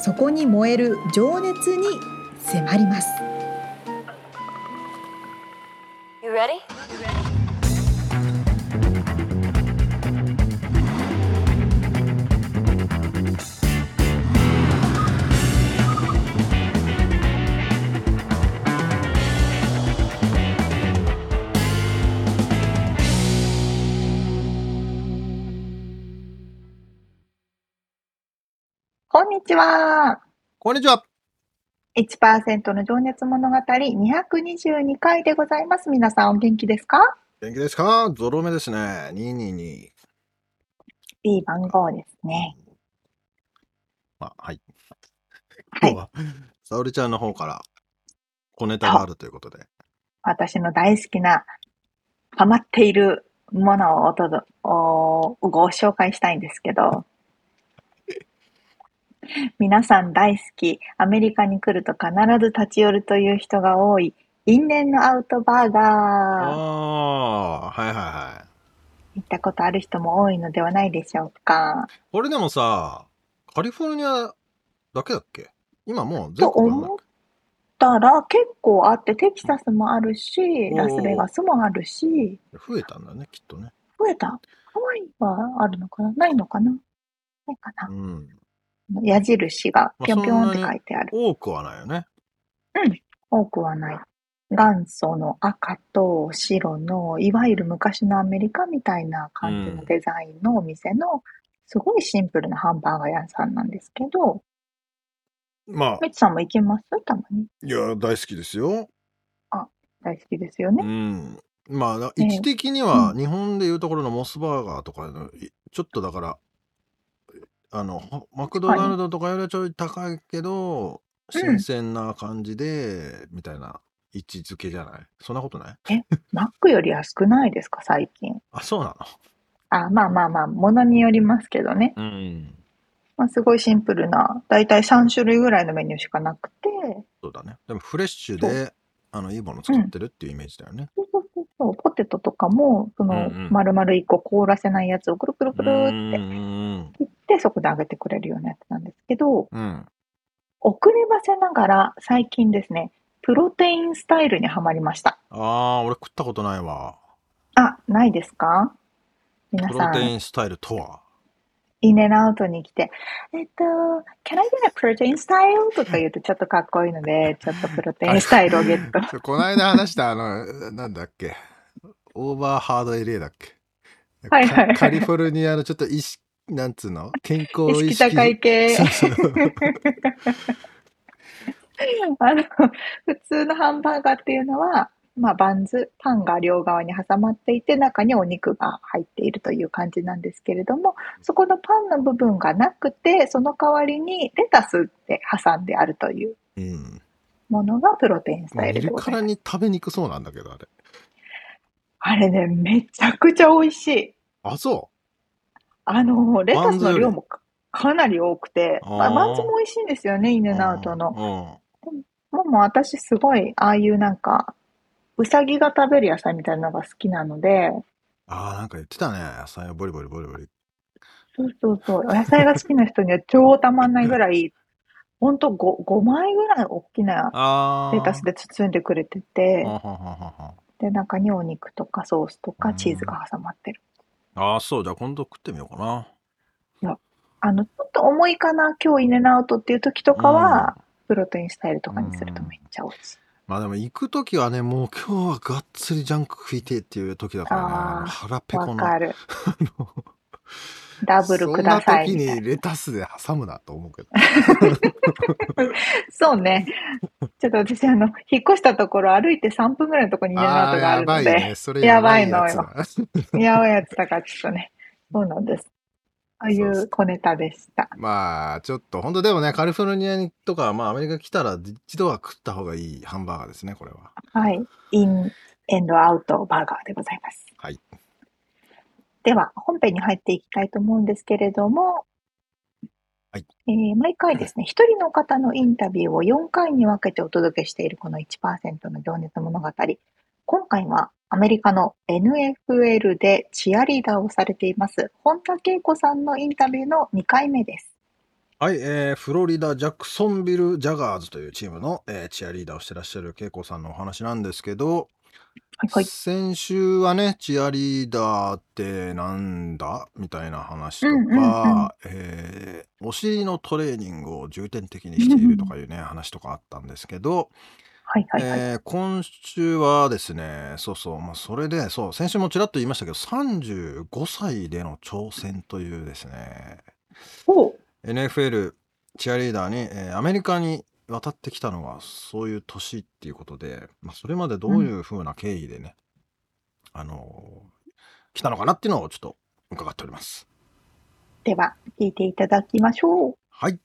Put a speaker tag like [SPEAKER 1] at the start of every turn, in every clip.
[SPEAKER 1] そこに燃える情熱に迫ります
[SPEAKER 2] You ready?
[SPEAKER 1] こんにちは
[SPEAKER 3] こんにちは。
[SPEAKER 1] 1%の情熱物語222回でございます皆さんお元気ですか
[SPEAKER 3] 元気ですかゾロ目ですね。222。
[SPEAKER 1] いい番号ですね
[SPEAKER 3] まあ、はい。
[SPEAKER 1] は
[SPEAKER 3] 今日
[SPEAKER 1] い
[SPEAKER 3] は、 沙織ちゃんの方から、小ネタがあるということで。
[SPEAKER 1] 私の大好きなハマっているものをおとどおご紹介したいんですけど皆さん大好きアメリカに来ると必ず立ち寄るという人が多い因縁のアウトバーガー
[SPEAKER 3] ああー、はいはいはい。
[SPEAKER 1] 行ったことある人も多いのではないでしょうか
[SPEAKER 3] これでもさ、カリフォルニアだけだっけ今もう全
[SPEAKER 1] と
[SPEAKER 3] 国なんだ
[SPEAKER 1] 思ったら結構あってテキサスもあるし
[SPEAKER 3] おー
[SPEAKER 1] ラスベガスもあるし
[SPEAKER 3] 増えたんだね、きっとね。
[SPEAKER 1] 増えたハワイはあるのかなないのかなないかな
[SPEAKER 3] うん。
[SPEAKER 1] 矢印が
[SPEAKER 3] まあ
[SPEAKER 1] ぴょんぴょんっ
[SPEAKER 3] そ
[SPEAKER 1] て
[SPEAKER 3] んな
[SPEAKER 1] 書
[SPEAKER 3] に
[SPEAKER 1] いてある。
[SPEAKER 3] 多くはないよね。
[SPEAKER 1] 多くはない。元祖の赤と白の、いわゆる昔のアメリカみたいな感じのデザインのお店の、すごいシンプルなハンバーガー屋さんなんですけど、
[SPEAKER 3] まあ、
[SPEAKER 1] みつさんも行きますたまに。
[SPEAKER 3] いや、大好きですよ。
[SPEAKER 1] 大好きですよ
[SPEAKER 3] う
[SPEAKER 1] ね。
[SPEAKER 3] ん。まあ、
[SPEAKER 1] ええ
[SPEAKER 3] 位置的には、日本でいうところのモスバーガーとかの、いちょっとだから、あの、ほマクドナルドとかよりはちょい高いけど、
[SPEAKER 1] うん
[SPEAKER 3] 新鮮な感じで、みたいな位置づけじゃないそんなことない
[SPEAKER 1] マックより安くないですか、最近。
[SPEAKER 3] あ、そうな
[SPEAKER 1] あ、まあまあまあ、ものによりますけどね。
[SPEAKER 3] のうん。
[SPEAKER 1] まあ、すごいシンプルな、だいたい3種類ぐらいのメニューしかなくて、
[SPEAKER 3] そうだね。でもフレッシュで、あの、いいもの使ってるっていうイメージだよね。
[SPEAKER 1] そうそうそうそう、ポテトとかも、その、
[SPEAKER 3] うんうん
[SPEAKER 1] 丸々1個凍らせないやつをくるくる
[SPEAKER 3] う
[SPEAKER 1] くるって
[SPEAKER 3] ん。うん。
[SPEAKER 1] 行ってそこで揚げてくれるようなやつなんですけど、
[SPEAKER 3] うん。
[SPEAKER 1] 遅ればせながら最近ですね、プロテインスタイルにはまりました。
[SPEAKER 3] ああ、俺食ったことないわ。
[SPEAKER 1] あ、ないですか皆
[SPEAKER 3] プ
[SPEAKER 1] さ
[SPEAKER 3] ロテイ
[SPEAKER 1] ん、
[SPEAKER 3] ンスタイルとは。
[SPEAKER 1] インアンアウトに来て、えっと、Can I get a protein style? とか言うとちょっとかっこいいので、ちょっとプロテインスタイルをゲット。
[SPEAKER 3] そうこの間話したあの、なんだっけ、オーバーハード LA だっけ。
[SPEAKER 1] はいはい
[SPEAKER 3] カカリフォルニアのちょっと意識、なんつうの健康
[SPEAKER 1] 意
[SPEAKER 3] 意識。
[SPEAKER 1] 識高い系。
[SPEAKER 3] そうそう。
[SPEAKER 1] あの、普通のハンバーガーっていうのは、まあ、バンズ、パンが両側に挟まっていて、中にお肉が入っているという感じなんですけれども、そこのパンの部分がなくて、その代わりにレタスって挟んであるという
[SPEAKER 3] うん。
[SPEAKER 1] ものがプロテインス
[SPEAKER 3] ま
[SPEAKER 1] タ
[SPEAKER 3] あ見
[SPEAKER 1] イルで
[SPEAKER 3] る
[SPEAKER 1] ご
[SPEAKER 3] か
[SPEAKER 1] ざいま
[SPEAKER 3] ら
[SPEAKER 1] す。
[SPEAKER 3] に食べにくそうなんだけど、あれ。
[SPEAKER 1] あれね、めちゃくちゃ美味しい。
[SPEAKER 3] あ、そ
[SPEAKER 1] あの、レタスの量もかかなり多くて、
[SPEAKER 3] あー
[SPEAKER 1] まあ、バンズも美味しいんですよね、イン
[SPEAKER 3] う。
[SPEAKER 1] アンアウト
[SPEAKER 3] の。
[SPEAKER 1] の。もうもう私すごい、ああいうなんか、うさぎが食べる野菜みたいなのが好きなので、
[SPEAKER 3] ああ、なんか言ってたね。野菜をボリボリボリボリ。
[SPEAKER 1] そうそうそう。お野菜が好きな人には超たまんないぐらい、ほんと 5, 5枚ぐらい大きな
[SPEAKER 3] ああ。
[SPEAKER 1] レタスで包んでくれてて
[SPEAKER 3] は、ははは
[SPEAKER 1] で、中にお肉とかソースとか
[SPEAKER 3] うん
[SPEAKER 1] チーズが挟まってる。
[SPEAKER 3] は。ああ、そう。じゃあ今度食ってみようかな。
[SPEAKER 1] あの、ちょっと重いかな、今日インアウトっていう時とかは、
[SPEAKER 3] うん
[SPEAKER 1] プロテインスタイルとかにするとめっちゃ美味しい。
[SPEAKER 3] まあでも行くときはね、もう今日はがっつりジャンク食いてえっていう時だからね
[SPEAKER 1] あー。
[SPEAKER 3] 腹ペコ
[SPEAKER 1] わ
[SPEAKER 3] の。
[SPEAKER 1] かる。
[SPEAKER 3] あの
[SPEAKER 1] ダブルください
[SPEAKER 3] そん
[SPEAKER 1] み
[SPEAKER 3] な時
[SPEAKER 1] たいな。
[SPEAKER 3] にレタスで挟むなと思う けど。
[SPEAKER 1] そうね。ちょっと私、あの、引っ越したところ歩いて3分ぐらいのところにインアウトがあるの
[SPEAKER 3] ーやばい
[SPEAKER 1] で、
[SPEAKER 3] ね。それやばいやつだ
[SPEAKER 1] やばいのよ。やばいやつだからちょっとね。そうなんです。とい
[SPEAKER 3] そうそう
[SPEAKER 1] う小ネタでした。
[SPEAKER 3] まあ、ちょっと、本当でもね、カリフォルニアにとか、まあ、アメリカ来たら、一度は食った方がいいハンバーガーですね、これは。
[SPEAKER 1] はい。インエンドアウトバーガーでございます。
[SPEAKER 3] はい。
[SPEAKER 1] では、本編に入っていきたいと思うんですけれども、
[SPEAKER 3] はい
[SPEAKER 1] えー毎回ですね、一人の方のインタビューを4回に分けてお届けしているこの1%の情熱物語。今回はアメリカの NFL でチアリーダーをされています、本田恵子さんのインタビューの2回目です。
[SPEAKER 3] はい、えーフロリダ・ジャクソンビル・ジャガーズというチームの、えーチアリーダーをしてらっしゃる恵子さんのお話なんですけど、
[SPEAKER 1] はい、はい。
[SPEAKER 3] 先週はね、チアリーダーってなんだみたいな話とか、
[SPEAKER 1] うんうんうん
[SPEAKER 3] えーお尻のトレーニングを重点的にしているとかいうね、話とかあったんですけど、
[SPEAKER 1] はい、はい、はい。
[SPEAKER 3] えー今週はですねそうそう、まあ、それでそう先週もちらっと言いましたけど35歳での挑戦というですね
[SPEAKER 1] お
[SPEAKER 3] NFL チアリーダーに、えーアメリカに渡ってきたのはそういう年っていうことで、まあ、それまでどういう風な経緯でね、あの来たのかなっていうのをちょっと伺っております。
[SPEAKER 1] では、聞いていただきましょう。
[SPEAKER 3] はい、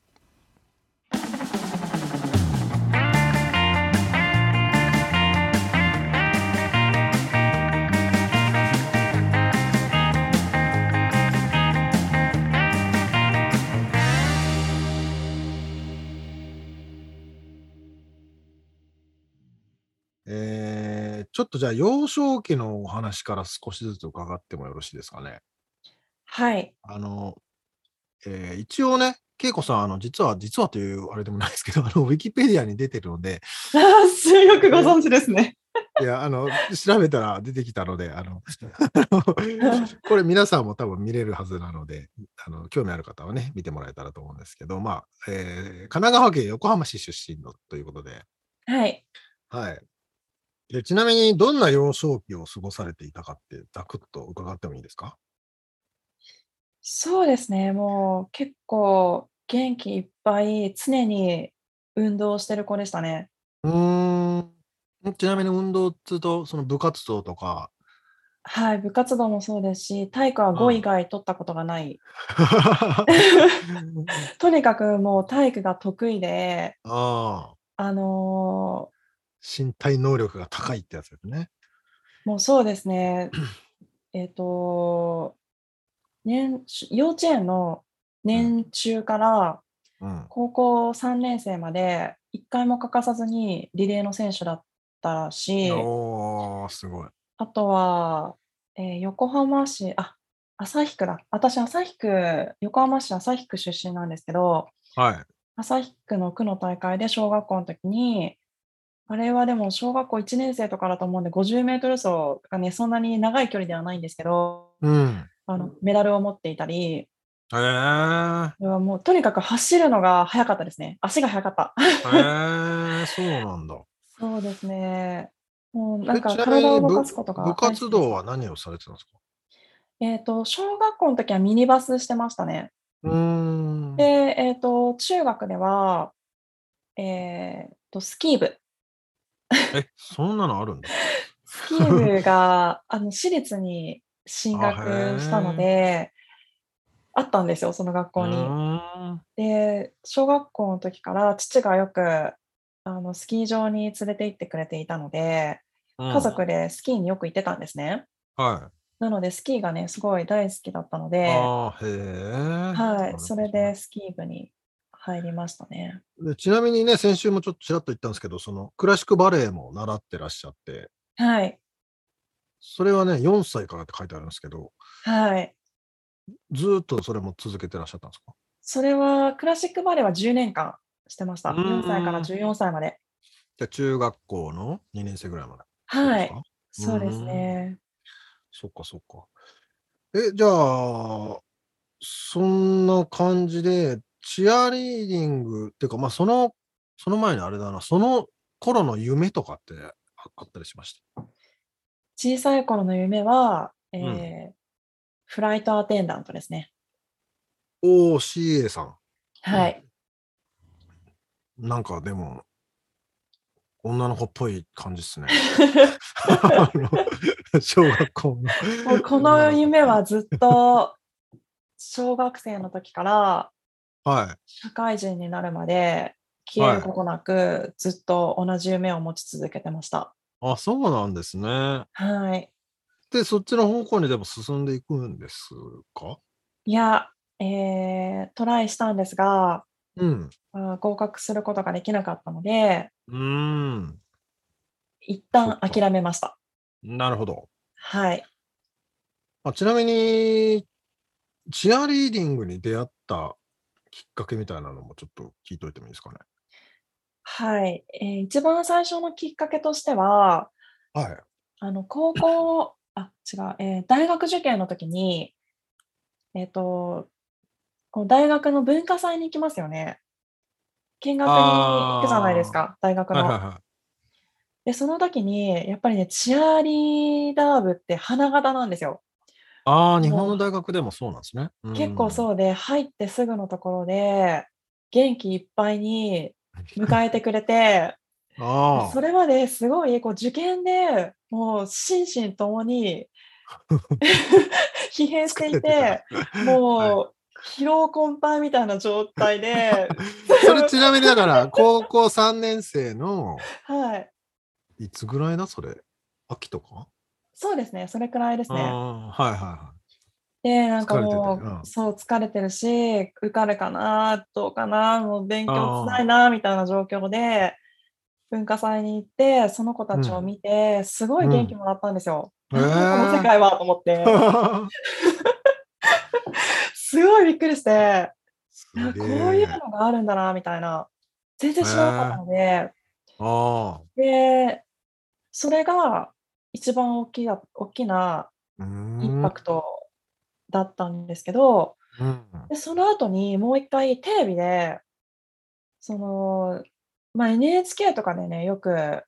[SPEAKER 3] えーちょっとじゃあ幼少期のお話から少しずつ伺ってもよろしいですかね。
[SPEAKER 2] はい。
[SPEAKER 3] あの、えー一応ね、恵子さん、あの、実は、実はというあれでもないですけど、あの、ウィキペディアに出てるの で、
[SPEAKER 2] あ すよくご存知ですね。
[SPEAKER 3] いや、あの、調べたら出てきたので、あの、 これ皆さんも多分見れるはずなので、あの、興味ある方はね、見てもらえたらと思うんですけど、まあ、えー神奈川県横浜市出身のということで、
[SPEAKER 2] はい。
[SPEAKER 3] はい。でちなみに、どんな幼少期を過ごされていたかって、ざくっと伺ってもいいですか
[SPEAKER 2] そうですね。もう結構元気いっぱい、常に運動してる子でしたね。
[SPEAKER 3] うーん。ちなみに運動っつうと、その部活動とか、
[SPEAKER 2] はい。部活動もそうですし、体育は
[SPEAKER 3] うん
[SPEAKER 2] 5以外取ったことがない。 とにかくもう体育が得意で、
[SPEAKER 3] ああ、
[SPEAKER 2] あの
[SPEAKER 3] 身体能力が高いってやつですね。
[SPEAKER 2] ーもうそうです ね。えっと、年、幼稚園の年中から、
[SPEAKER 3] うん。
[SPEAKER 2] 高校3年生まで1回も欠かさずにリレーの選手だったし、
[SPEAKER 3] おー、すごい。
[SPEAKER 2] あとは、えー横浜市、あ旭区だ。私、旭区、横浜市旭区出身なんですけど、
[SPEAKER 3] はい。
[SPEAKER 2] 旭区の区の大会で小学校の時に、あれはでも小学校1年生とかだと思うんで、50メートル走がね、そんなに長い距離ではないんですけど、
[SPEAKER 3] うん。
[SPEAKER 2] あのメダルを持っていたり、
[SPEAKER 3] へー、
[SPEAKER 2] これはもうとにかく走るのが速かったですね。足が速かった。
[SPEAKER 3] へー、そうなんだ。
[SPEAKER 2] そうですね。もう なんか
[SPEAKER 3] えちなみに
[SPEAKER 2] 体を動
[SPEAKER 3] 部
[SPEAKER 2] かすことが
[SPEAKER 3] 部
[SPEAKER 2] 大好きです
[SPEAKER 3] 活動は何をされてたんですか
[SPEAKER 2] えっと、小学校の時はミニバスしてましたね。
[SPEAKER 3] うーん。
[SPEAKER 2] で、えっと、中学では、えっと、スキー部。
[SPEAKER 3] え、そんなのあるんだ。
[SPEAKER 2] スキー部が、 あの、私立に進
[SPEAKER 3] あへー
[SPEAKER 2] 学したので、あったんですよ、その学校
[SPEAKER 3] う
[SPEAKER 2] に。
[SPEAKER 3] ーん
[SPEAKER 2] で、小学校の時から父がよく、あの、スキー場に連れて行ってくれていたので、
[SPEAKER 3] うん
[SPEAKER 2] 家族でスキーによく行ってたんですね。
[SPEAKER 3] は
[SPEAKER 2] なので、スキーがね、すごい大好きだったの
[SPEAKER 3] い。
[SPEAKER 2] で、
[SPEAKER 3] あー、へー。
[SPEAKER 2] はい、それで
[SPEAKER 3] で
[SPEAKER 2] スキー部に入りましたね。
[SPEAKER 3] で。ちなみにね、先週もちょっとちらっと言ったんですけど、そのクラシックバレエも習ってらっしゃって、
[SPEAKER 2] はい、
[SPEAKER 3] それはね、4歳からって書いてあるんですけど、
[SPEAKER 2] はい。
[SPEAKER 3] ずーっとそれも続けてらっしゃったんですか
[SPEAKER 2] それはクラシックバレエは10年間してました。
[SPEAKER 3] うーん
[SPEAKER 2] 4歳から14歳まで。
[SPEAKER 3] じゃあ中学校の2年生ぐらいまで。
[SPEAKER 2] はい
[SPEAKER 3] そうです、か
[SPEAKER 2] そうですね。
[SPEAKER 3] そっかそっか。え、じゃあ、そんな感じで、チアリーディングっていうか、まあ、その、その前にあれだな、その頃の夢とかってああったりしまし
[SPEAKER 2] 小さい頃の夢は、え
[SPEAKER 3] ん
[SPEAKER 2] ーフライトアテンダントですね。
[SPEAKER 3] た。おー、CA さん。
[SPEAKER 2] はい。
[SPEAKER 3] なんかでも、女の子っぽい感じです ね。あ の小学校の。
[SPEAKER 2] もうこの夢はずっと小学生の時から
[SPEAKER 3] は
[SPEAKER 2] 社会人になるまで消えることなくずっと同じ夢を持ち続けてました。
[SPEAKER 3] い。あ、そうなんですね。
[SPEAKER 2] はい。
[SPEAKER 3] で、そっちの方向にでも進んでいくんですか
[SPEAKER 2] いや、えートライしたんですが、
[SPEAKER 3] うん。
[SPEAKER 2] あー合格することができなかったので、
[SPEAKER 3] うーん。
[SPEAKER 2] 一
[SPEAKER 3] そっ
[SPEAKER 2] 旦
[SPEAKER 3] か
[SPEAKER 2] 諦めました。
[SPEAKER 3] なるほど。
[SPEAKER 2] はい。
[SPEAKER 3] あちなみに、チアリーディングに出会ったきっかけみたいなのもちょっと聞いといてもいいですかね。
[SPEAKER 2] はい。えー一番最初のきっかけとしては、
[SPEAKER 3] はい。
[SPEAKER 2] あの、高校、 あ、違う、えー大学受験の時に、えっと、こう大学の文化祭に行きますよね。見学に行くじゃないですか、大学
[SPEAKER 3] はいはい
[SPEAKER 2] の。
[SPEAKER 3] は
[SPEAKER 2] で、その時に、やっぱりね、チアリーダー部って花形なんですよ。
[SPEAKER 3] い。ああ、
[SPEAKER 2] う
[SPEAKER 3] 日本の大学でもそうなんですね。
[SPEAKER 2] 結構
[SPEAKER 3] うん。
[SPEAKER 2] そうで、入ってすぐのところで、元気いっぱいに迎えてくれて、
[SPEAKER 3] あ
[SPEAKER 2] それまですごいこう受験でもう心身と もに疲弊してい
[SPEAKER 3] 疲れ
[SPEAKER 2] て、もう疲労困憊みたいな状 態で、
[SPEAKER 3] あ。 それちなみにだから、高校3年生の、
[SPEAKER 2] はい、
[SPEAKER 3] いつぐらいだそれ。秋とか
[SPEAKER 2] そうですね、それくらいですね。
[SPEAKER 3] ああ、はいはいは
[SPEAKER 2] で、なんか
[SPEAKER 3] 疲れてて
[SPEAKER 2] もう、
[SPEAKER 3] うん
[SPEAKER 2] そう疲れてるし、受かるかな、どうかな、もう勉強
[SPEAKER 3] あー
[SPEAKER 2] つらいな、みたいな状況で、文化祭に行って、その子たちを見て、すごい元気もらったんですよ。
[SPEAKER 3] うん
[SPEAKER 2] なんだ こ
[SPEAKER 3] へー
[SPEAKER 2] の世界はと思って、
[SPEAKER 3] い。
[SPEAKER 2] すごいびっくりして、
[SPEAKER 3] す
[SPEAKER 2] いやこ
[SPEAKER 3] げ
[SPEAKER 2] う
[SPEAKER 3] え
[SPEAKER 2] いうのがあるんだな、みたいな。全然知らなかったので、
[SPEAKER 3] あ
[SPEAKER 2] で、それが一番大きな、大きな
[SPEAKER 3] あ。う
[SPEAKER 2] イン
[SPEAKER 3] ん
[SPEAKER 2] パクトだったんですけど、
[SPEAKER 3] うん
[SPEAKER 2] で、その後にもう一回テレビで、その、まあ、NHK とかでね、よく、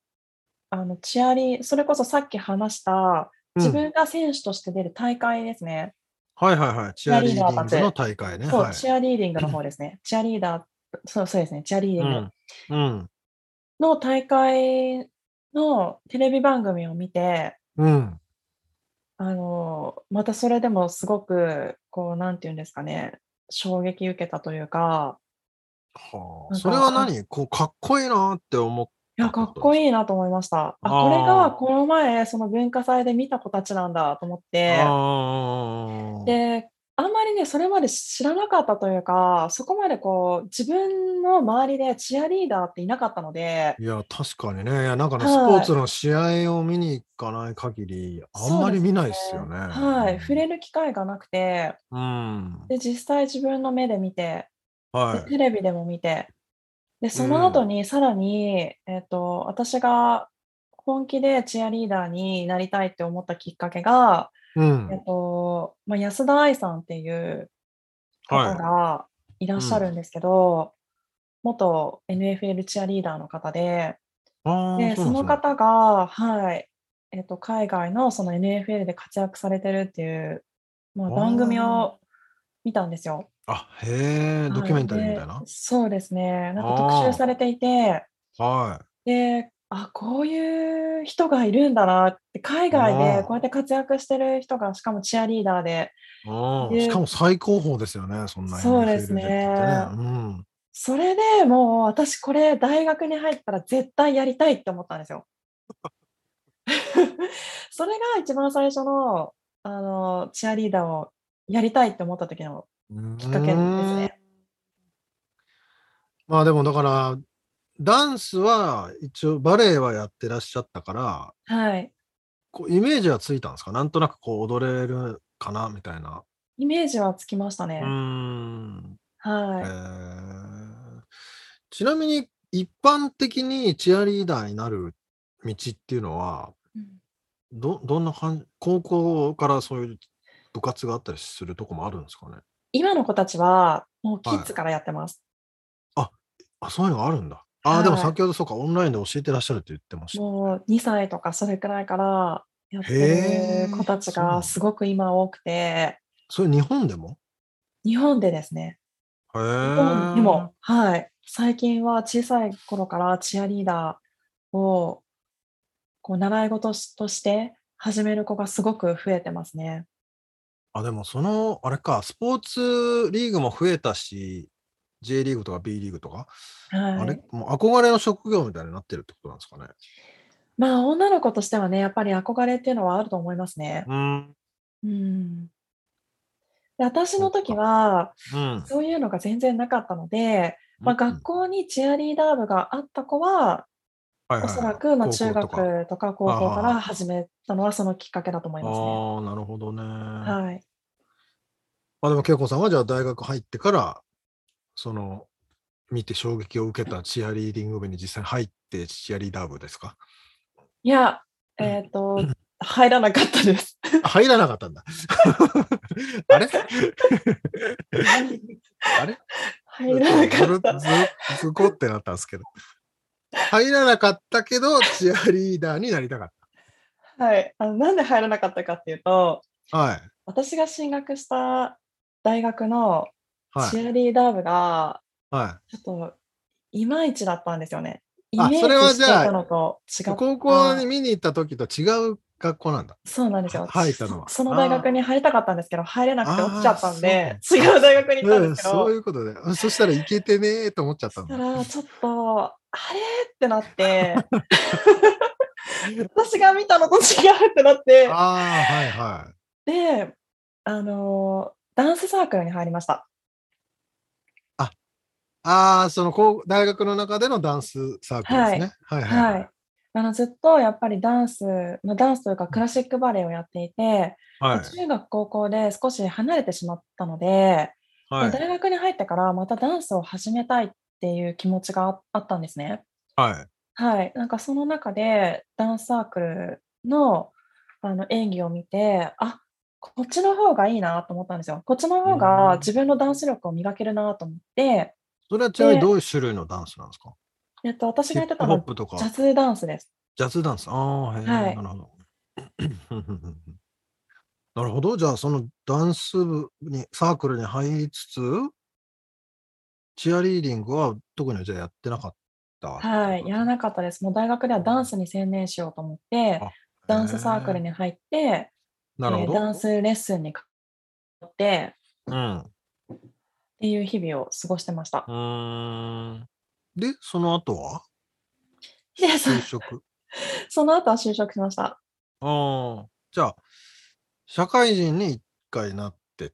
[SPEAKER 2] あの、チアリー、それこそさっき話した、自
[SPEAKER 3] うん
[SPEAKER 2] 分が選手として出る大会ですね。
[SPEAKER 3] はいはいはい。チアリーディングの大会ね。
[SPEAKER 2] そう、
[SPEAKER 3] はい。
[SPEAKER 2] チアリーディングの方ですね。チアリーダー、そうそうですね、チアリーディング
[SPEAKER 3] うん。
[SPEAKER 2] の大会のテレビ番組を見て、
[SPEAKER 3] うん。
[SPEAKER 2] あの、またそれでもすごく、こう、なんていうんですかね、衝撃受けたというか、
[SPEAKER 3] はあ、
[SPEAKER 2] なんか
[SPEAKER 3] それは何こうかっこいいなって思っ
[SPEAKER 2] い
[SPEAKER 3] な
[SPEAKER 2] や、
[SPEAKER 3] る
[SPEAKER 2] かっ
[SPEAKER 3] ほど
[SPEAKER 2] こいいなと思いました。あ、これ
[SPEAKER 3] あ
[SPEAKER 2] が
[SPEAKER 3] ー。
[SPEAKER 2] この前、その文化祭で見た子たちなんだと思ってて、
[SPEAKER 3] ああ。
[SPEAKER 2] で、あんまりね、それまで知らなかったというか、そこまでこう、自分の周りでチアリーダーっていなかったので、
[SPEAKER 3] いや、確かにね。いや、なんかね、
[SPEAKER 2] はい
[SPEAKER 3] スポーツの試合を見に行かない限り、あんまり見ないですよね。
[SPEAKER 2] はい、触れ
[SPEAKER 3] る。
[SPEAKER 2] る機会がなくて、
[SPEAKER 3] うん。
[SPEAKER 2] で、実際自分の目で見て、
[SPEAKER 3] は
[SPEAKER 2] で
[SPEAKER 3] い。
[SPEAKER 2] テレビでも見て、で、その後にさらに、えっと、私が本気でチアリーダーになりたいって思ったきっかけが、
[SPEAKER 3] うん
[SPEAKER 2] え。っと、まあ、安田愛さんっていう
[SPEAKER 3] はい
[SPEAKER 2] 方がいらっしゃるんですけど、元 NFL チアリーダーの方で、
[SPEAKER 3] ああ、
[SPEAKER 2] で、そ
[SPEAKER 3] なん
[SPEAKER 2] の
[SPEAKER 3] ですね。
[SPEAKER 2] 方が、はい、えっと、海外のその NFL で活躍されてるっていう、まあ、
[SPEAKER 3] あー
[SPEAKER 2] 番組を見たんですよ。
[SPEAKER 3] あ、へえ、ドキュメンタリーみたい
[SPEAKER 2] は
[SPEAKER 3] な
[SPEAKER 2] で。そうですね。なんか
[SPEAKER 3] あー
[SPEAKER 2] 特集されていて、
[SPEAKER 3] はい。
[SPEAKER 2] で、あ、こういう人がいるんだなって、海外
[SPEAKER 3] あー
[SPEAKER 2] でこうやって活躍してる人が、しかもチアリーダーで、
[SPEAKER 3] うん
[SPEAKER 2] で
[SPEAKER 3] しかも最高峰ですよね、そんな
[SPEAKER 2] そうです
[SPEAKER 3] NFL
[SPEAKER 2] ね
[SPEAKER 3] でってうん、
[SPEAKER 2] それでもう私これ大学に入ったら絶対やりたいって思ったんです よ。それが一番最初のあのチアリーダーをやりたいって思った時のきっかけですね。
[SPEAKER 3] まあでもだから、ダンスは一応バレエはやってらっしゃったから、
[SPEAKER 2] はい。
[SPEAKER 3] こうイメージはついたんですかなんとなくこう踊れるかなみたいな。
[SPEAKER 2] イメージはつきましたね。
[SPEAKER 3] うん。え
[SPEAKER 2] はい。
[SPEAKER 3] ーちなみに一般的にチアリーダーになる道っていうのは、
[SPEAKER 2] うん
[SPEAKER 3] ど、どんな感じ高校からそういう部活があったりするとこもあるんですかね
[SPEAKER 2] 今の子たちはもうキ
[SPEAKER 3] はい
[SPEAKER 2] ッズからやってます。
[SPEAKER 3] あ、そういうのがあるんだ。あ
[SPEAKER 2] は
[SPEAKER 3] あ、
[SPEAKER 2] い
[SPEAKER 3] でも先ほどそうか、オンラインで教えてらっしゃるって言ってました。
[SPEAKER 2] もう2歳とかそれくらいからやって
[SPEAKER 3] へー
[SPEAKER 2] る子たち
[SPEAKER 3] そうなん
[SPEAKER 2] が
[SPEAKER 3] だ
[SPEAKER 2] すごく今多くて、
[SPEAKER 3] それ日本でも
[SPEAKER 2] 日本でですね。
[SPEAKER 3] へ
[SPEAKER 2] 日本で
[SPEAKER 3] え
[SPEAKER 2] も。、はい、最近は小さい頃からチアリーダーをこう習い事として始める子がすごく増えてますね。
[SPEAKER 3] あ、でもその、あれか、スポーツリーグも増えたし、J リーグとか B リーグとか、
[SPEAKER 2] はい、
[SPEAKER 3] あれ、もう憧れの職業みたいになってるってことなんですかね。
[SPEAKER 2] まあ女の子としてはねやっぱり憧れっていうのはあると思いますね。
[SPEAKER 3] うん。
[SPEAKER 2] うん、で私の時は
[SPEAKER 3] うん。
[SPEAKER 2] そういうのが全然なかったので、まあ、学校にチアリーダー部があった子は、
[SPEAKER 3] はいは
[SPEAKER 2] お
[SPEAKER 3] いはい
[SPEAKER 2] そらくまあ中
[SPEAKER 3] 高校とか
[SPEAKER 2] 学とか高校か
[SPEAKER 3] あ
[SPEAKER 2] ら
[SPEAKER 3] あ
[SPEAKER 2] 始めたのはそのきっかけだと思いますね。
[SPEAKER 3] ああ、なるほどね。
[SPEAKER 2] はい、
[SPEAKER 3] まあでも、恵子さんはじゃあ大学入ってから、その、見て衝撃を受けたチアリーディング部に実際に入ってチアリーダー部です か
[SPEAKER 2] いや、
[SPEAKER 3] うん
[SPEAKER 2] えっ、 と、入らなかったです。
[SPEAKER 3] あ入らなかったん だ。あれあれ
[SPEAKER 2] 入らなかった。
[SPEAKER 3] ずずずこってなったんですけど。入らなかったけど、チアリーダーになりたかっ
[SPEAKER 2] はい、あのなんで入らなかったかっていうと、
[SPEAKER 3] た。はい。
[SPEAKER 2] 私が進学した大学の
[SPEAKER 3] は
[SPEAKER 2] チ
[SPEAKER 3] い。
[SPEAKER 2] アリーダー部が
[SPEAKER 3] は
[SPEAKER 2] ちょっといまいちだったんですよね。イ
[SPEAKER 3] あ
[SPEAKER 2] メ
[SPEAKER 3] それ
[SPEAKER 2] ー
[SPEAKER 3] は
[SPEAKER 2] ジして
[SPEAKER 3] じゃあ
[SPEAKER 2] たのと違
[SPEAKER 3] い。
[SPEAKER 2] っ
[SPEAKER 3] 高校に見に行った時と違う学校なんだ。
[SPEAKER 2] そうなんですよ。
[SPEAKER 3] は入ったのは
[SPEAKER 2] そその大学に入りたかったんですけど、入れなくて落ちちゃったんで
[SPEAKER 3] あ、ーそう
[SPEAKER 2] 違う大学に行った
[SPEAKER 3] うんん、
[SPEAKER 2] ですけど、
[SPEAKER 3] そういうことで。うんそしたらいけてねーと思っちゃった
[SPEAKER 2] そ
[SPEAKER 3] ん
[SPEAKER 2] した
[SPEAKER 3] だ。
[SPEAKER 2] らちょっと、あれってなって、 私が見たのと違うってなって、
[SPEAKER 3] ああ、はいは
[SPEAKER 2] で、あのーダンスサークルに入りました。
[SPEAKER 3] い。ああ、その高大学の中でのダンスサークルですね。はいはいは。
[SPEAKER 2] はいい。あのずっとやっぱりダンス、まあ、ダンスというかクラシックバレエをやっていて、
[SPEAKER 3] はい
[SPEAKER 2] 中学高校で少し離れてしまったので、
[SPEAKER 3] はい
[SPEAKER 2] で大学に入ってからまたダンスを始めたいっていう気持ちがああったんですね。
[SPEAKER 3] はい
[SPEAKER 2] はい、なんかその中でダンスサークルのあの演技を見てあこっちの方がいいなと思ったんですよ。こっちの方
[SPEAKER 3] うん
[SPEAKER 2] が自分のダンス力を磨けるなと思って、
[SPEAKER 3] それはちなみにどういう種類のダンスなんですか
[SPEAKER 2] えっと、私
[SPEAKER 3] ヒ
[SPEAKER 2] がやっ
[SPEAKER 3] ッ
[SPEAKER 2] て
[SPEAKER 3] プ
[SPEAKER 2] た
[SPEAKER 3] ホ
[SPEAKER 2] の
[SPEAKER 3] ッ
[SPEAKER 2] は
[SPEAKER 3] プとか
[SPEAKER 2] ジャズダンスです。
[SPEAKER 3] ジャズダンス。ああ、へえ、
[SPEAKER 2] はい
[SPEAKER 3] なるほど。なるほど。じゃあ、そのダンス部に、サークルに入りつつ、チアリーディングは特にじゃあやってなかった。
[SPEAKER 2] はい、やらなかったです。もう大学ではダンスに専念しようと思って
[SPEAKER 3] あ、
[SPEAKER 2] ダンスサークルに入って、
[SPEAKER 3] なるほ
[SPEAKER 2] えー
[SPEAKER 3] ど。
[SPEAKER 2] ダンスレッスンに通って
[SPEAKER 3] うん。う
[SPEAKER 2] っていう日々を過ごしてました。
[SPEAKER 3] ーん。で、その後は
[SPEAKER 2] で、そ
[SPEAKER 3] 就 職。
[SPEAKER 2] その後は就職しました。
[SPEAKER 3] ああ。じゃあ、社会人に一回なって、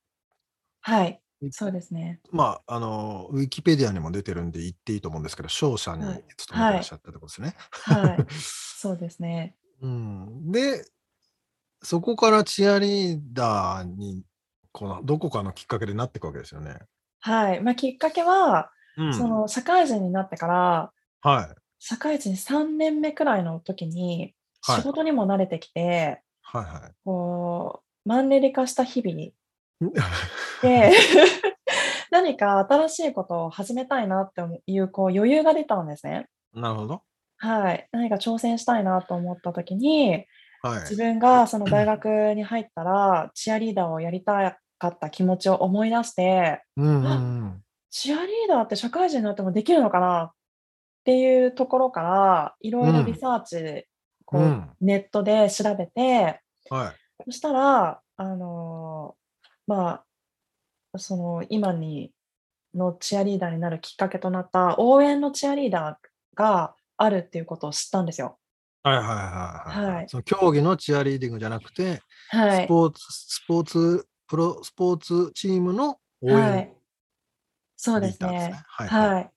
[SPEAKER 2] はい
[SPEAKER 3] い、
[SPEAKER 2] そうですね。
[SPEAKER 3] まあ、あの、ウィキペディアにも出てるんで言っていいと思うんですけど、商社に勤めてらっしゃったってことですね。
[SPEAKER 2] はい、そうですね。
[SPEAKER 3] うん、で、そこからチアリーダーに、このどこかのきっかけでなっていくわけですよね。
[SPEAKER 2] はい、まあ、きっかけは、
[SPEAKER 3] うん
[SPEAKER 2] その社会人になってから、
[SPEAKER 3] はい。
[SPEAKER 2] 社会人3年目くらいの時に、
[SPEAKER 3] はい
[SPEAKER 2] 仕事にも慣れてきて、
[SPEAKER 3] はいは
[SPEAKER 2] こう、マンネリ化した日々
[SPEAKER 3] い。
[SPEAKER 2] で、 何か新しいことを始めたいなっていう、こう、余裕が出たんですね。
[SPEAKER 3] なるほど。
[SPEAKER 2] はい、何か挑戦したいなと思った時に、
[SPEAKER 3] は
[SPEAKER 2] 自
[SPEAKER 3] い。
[SPEAKER 2] 分がその大学に入ったら、チアリーダーをやりたかった気持ちを思い出して、
[SPEAKER 3] うんうんうん。
[SPEAKER 2] チアリーダーって社会人になってもできるのかなっていうところからいろいろリサーチ、こう
[SPEAKER 3] うん
[SPEAKER 2] ネットで調べて
[SPEAKER 3] はい。
[SPEAKER 2] そしたら、あのーまあ、その今にのチアリーダーになるきっかけとなった応援のチアリーダーがあるっていうことを知ったんですよ。
[SPEAKER 3] はいはいはいはい。
[SPEAKER 2] はい
[SPEAKER 3] その競技のチアリーディングじゃなくて、
[SPEAKER 2] は
[SPEAKER 3] ス
[SPEAKER 2] い、
[SPEAKER 3] ポーツ、スポーツ、プロスポーツチームの応
[SPEAKER 2] は
[SPEAKER 3] 援
[SPEAKER 2] い、そう
[SPEAKER 3] リ
[SPEAKER 2] で
[SPEAKER 3] ー
[SPEAKER 2] す
[SPEAKER 3] ダーです
[SPEAKER 2] ね
[SPEAKER 3] ね。。はいはい。
[SPEAKER 2] はい。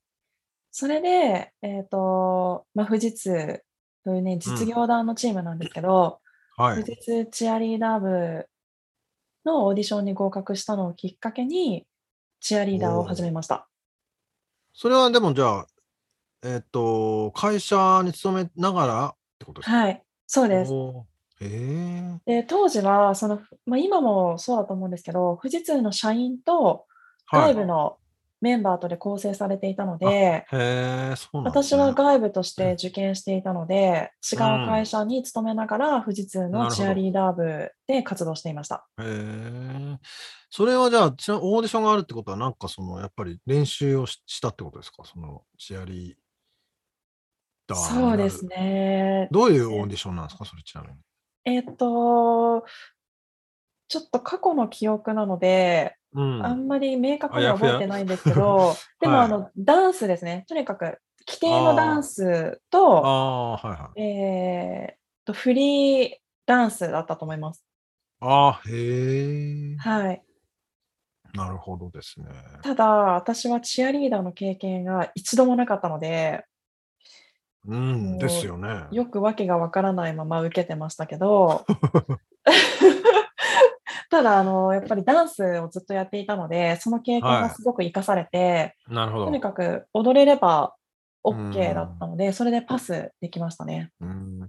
[SPEAKER 2] それで、えっ、と、まあ、富士通というね、実業団のチームなんですけど、
[SPEAKER 3] はい。
[SPEAKER 2] 富士通チアリーダー部のオーディションに合格したのをきっかけに、チアリーダーを始めました。
[SPEAKER 3] それはでもじゃあ、えっと、会社に勤めながらってことですか
[SPEAKER 2] はい、そうです。
[SPEAKER 3] おーへ
[SPEAKER 2] で、当時は、その、まあ、今もそうだと思うんですけど、富士通の社員と
[SPEAKER 3] え。はい
[SPEAKER 2] 外部のメンバーとで構成されていたので、
[SPEAKER 3] へえ、そうなんです
[SPEAKER 2] 私
[SPEAKER 3] ね。
[SPEAKER 2] は外部として受験していたので、違う
[SPEAKER 3] うん
[SPEAKER 2] 会社に勤めながら、富士通
[SPEAKER 3] なる
[SPEAKER 2] の
[SPEAKER 3] ほど
[SPEAKER 2] チアリーダー部で活動していました。
[SPEAKER 3] へえ。それはじゃあ、ちなオーディションがあるってことは、なんかその、やっぱり練習をししたってことですかその、チアリーダーにな
[SPEAKER 2] そう
[SPEAKER 3] る
[SPEAKER 2] です。ね。
[SPEAKER 3] どういうオーディションなんですかそれちなみに。
[SPEAKER 2] えっと、ちょっと過去の記憶なので、
[SPEAKER 3] うん。
[SPEAKER 2] あんまり明確に
[SPEAKER 3] あや
[SPEAKER 2] は
[SPEAKER 3] ふや
[SPEAKER 2] 覚えてないんですけど、 でも、
[SPEAKER 3] はい
[SPEAKER 2] あの、ダンスですね。とにかく、規定のダンスと、
[SPEAKER 3] ああー、はいはい。
[SPEAKER 2] えーっと、フリーダンスだったと思います。
[SPEAKER 3] ああ、へえ。
[SPEAKER 2] はい。
[SPEAKER 3] なるほどですね。
[SPEAKER 2] ただ、私はチアリーダーの経験が一度もなかったので、
[SPEAKER 3] うん、ですよね。
[SPEAKER 2] よくわけがわからないまま受けてましたけ ど、ただ、あの、やっぱりダンスをずっとやっていたので、その経験
[SPEAKER 3] は
[SPEAKER 2] が
[SPEAKER 3] い
[SPEAKER 2] すごく活かされて、
[SPEAKER 3] なるほ
[SPEAKER 2] と
[SPEAKER 3] ど
[SPEAKER 2] に。かく踊れれば
[SPEAKER 3] う
[SPEAKER 2] OK
[SPEAKER 3] ん
[SPEAKER 2] だったので、それでパスできまし たね。
[SPEAKER 3] うん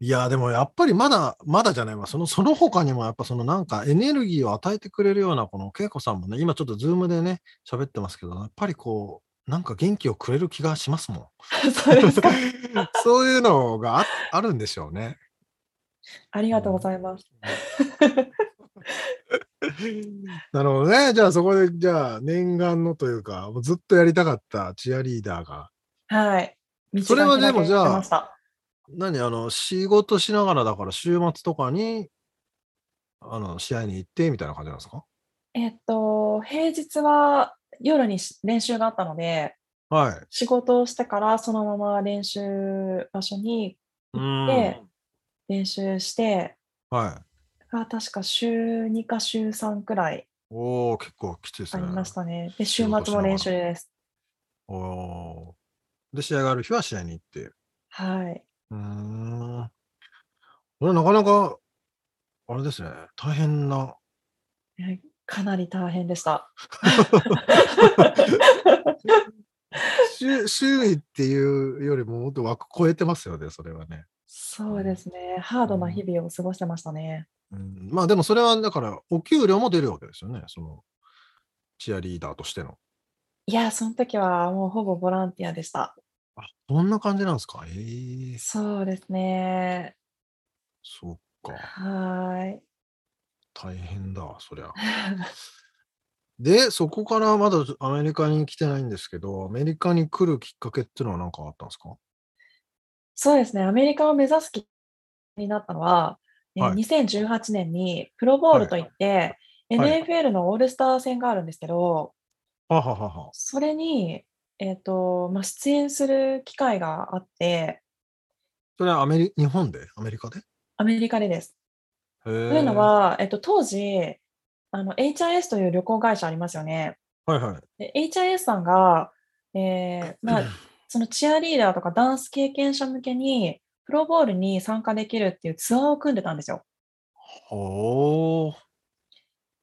[SPEAKER 3] いや、でもやっぱりまだ、まだじゃないわ。その、その他にもやっぱそのなんかエネルギーを与えてくれるような、この恵子さんもね、今ちょっとズームでね、喋ってますけど、やっぱりこう、なんか元気をくれる気がしますもん。
[SPEAKER 2] そうですか。
[SPEAKER 3] そういうのがああるんでしょうね。
[SPEAKER 2] ありがとうございます。
[SPEAKER 3] なるほどね。じゃあそこで、じゃあ念願のというか、もうずっとやりたかったチアリーダーが、
[SPEAKER 2] はい。
[SPEAKER 3] それはでもじゃあ
[SPEAKER 2] 道が開けました
[SPEAKER 3] 何あの、仕事しながらだから週末とかに、あの、試合に行ってみたいな感じなんですか
[SPEAKER 2] えっと、平日は夜にし練習があったので、
[SPEAKER 3] はい。
[SPEAKER 2] 仕事をしてからそのまま練習場所に
[SPEAKER 3] うん
[SPEAKER 2] で練習して、
[SPEAKER 3] はい。
[SPEAKER 2] が確か週2か週3くらい
[SPEAKER 3] おお結構きついです
[SPEAKER 2] あ
[SPEAKER 3] ね。
[SPEAKER 2] りましたね。で、
[SPEAKER 3] 仕
[SPEAKER 2] 週
[SPEAKER 3] 事
[SPEAKER 2] 末
[SPEAKER 3] しなが
[SPEAKER 2] も
[SPEAKER 3] ら
[SPEAKER 2] 練習です。
[SPEAKER 3] おおーで、試合がある日は試合に行って。
[SPEAKER 2] はい。
[SPEAKER 3] うーん。これなかなか、あれですね。大変な。
[SPEAKER 2] えかなり大変でした。
[SPEAKER 3] 週、周 囲っていうよりももっと枠超えてますよね、それはね。
[SPEAKER 2] そうですね。ハードな日々を過ごしてましたね。
[SPEAKER 3] うん、まあでもそれは、だから、お給料も出るわけですよね。その、チアリーダーとしての。
[SPEAKER 2] いや、その時はもうほぼボランティアでした。
[SPEAKER 3] あ、そんな感じなんですか。ええ
[SPEAKER 2] そうですね。
[SPEAKER 3] そっか。
[SPEAKER 2] は
[SPEAKER 3] 大変だわ、そりゃ。
[SPEAKER 2] ーい。
[SPEAKER 3] で、そこからまだアメリカに来てないんですけど、アメリカに来るきっかけっていうのは何かあったんですか
[SPEAKER 2] そうですね。アメリカを目指すきになったのは、えー
[SPEAKER 3] はい
[SPEAKER 2] 2018年にプロボールといって、
[SPEAKER 3] はい
[SPEAKER 2] NFL のオールスター戦があるんですけど、
[SPEAKER 3] はははは。
[SPEAKER 2] それに、えっと、まあ、出演する機会があって、
[SPEAKER 3] それはアメリ日本でアメリカでへ
[SPEAKER 2] アメリカでです。
[SPEAKER 3] と
[SPEAKER 2] と
[SPEAKER 3] い
[SPEAKER 2] いうの、は、えっと、当時、あの、HIS という旅行会社ありますよね。
[SPEAKER 3] はいはい。
[SPEAKER 2] で HIS さんが、えーまあ、 そのチアリーダーとかダンス経験者向けに、プロボールに参加できるっていうツアーを組んでたんですよ。
[SPEAKER 3] ほー。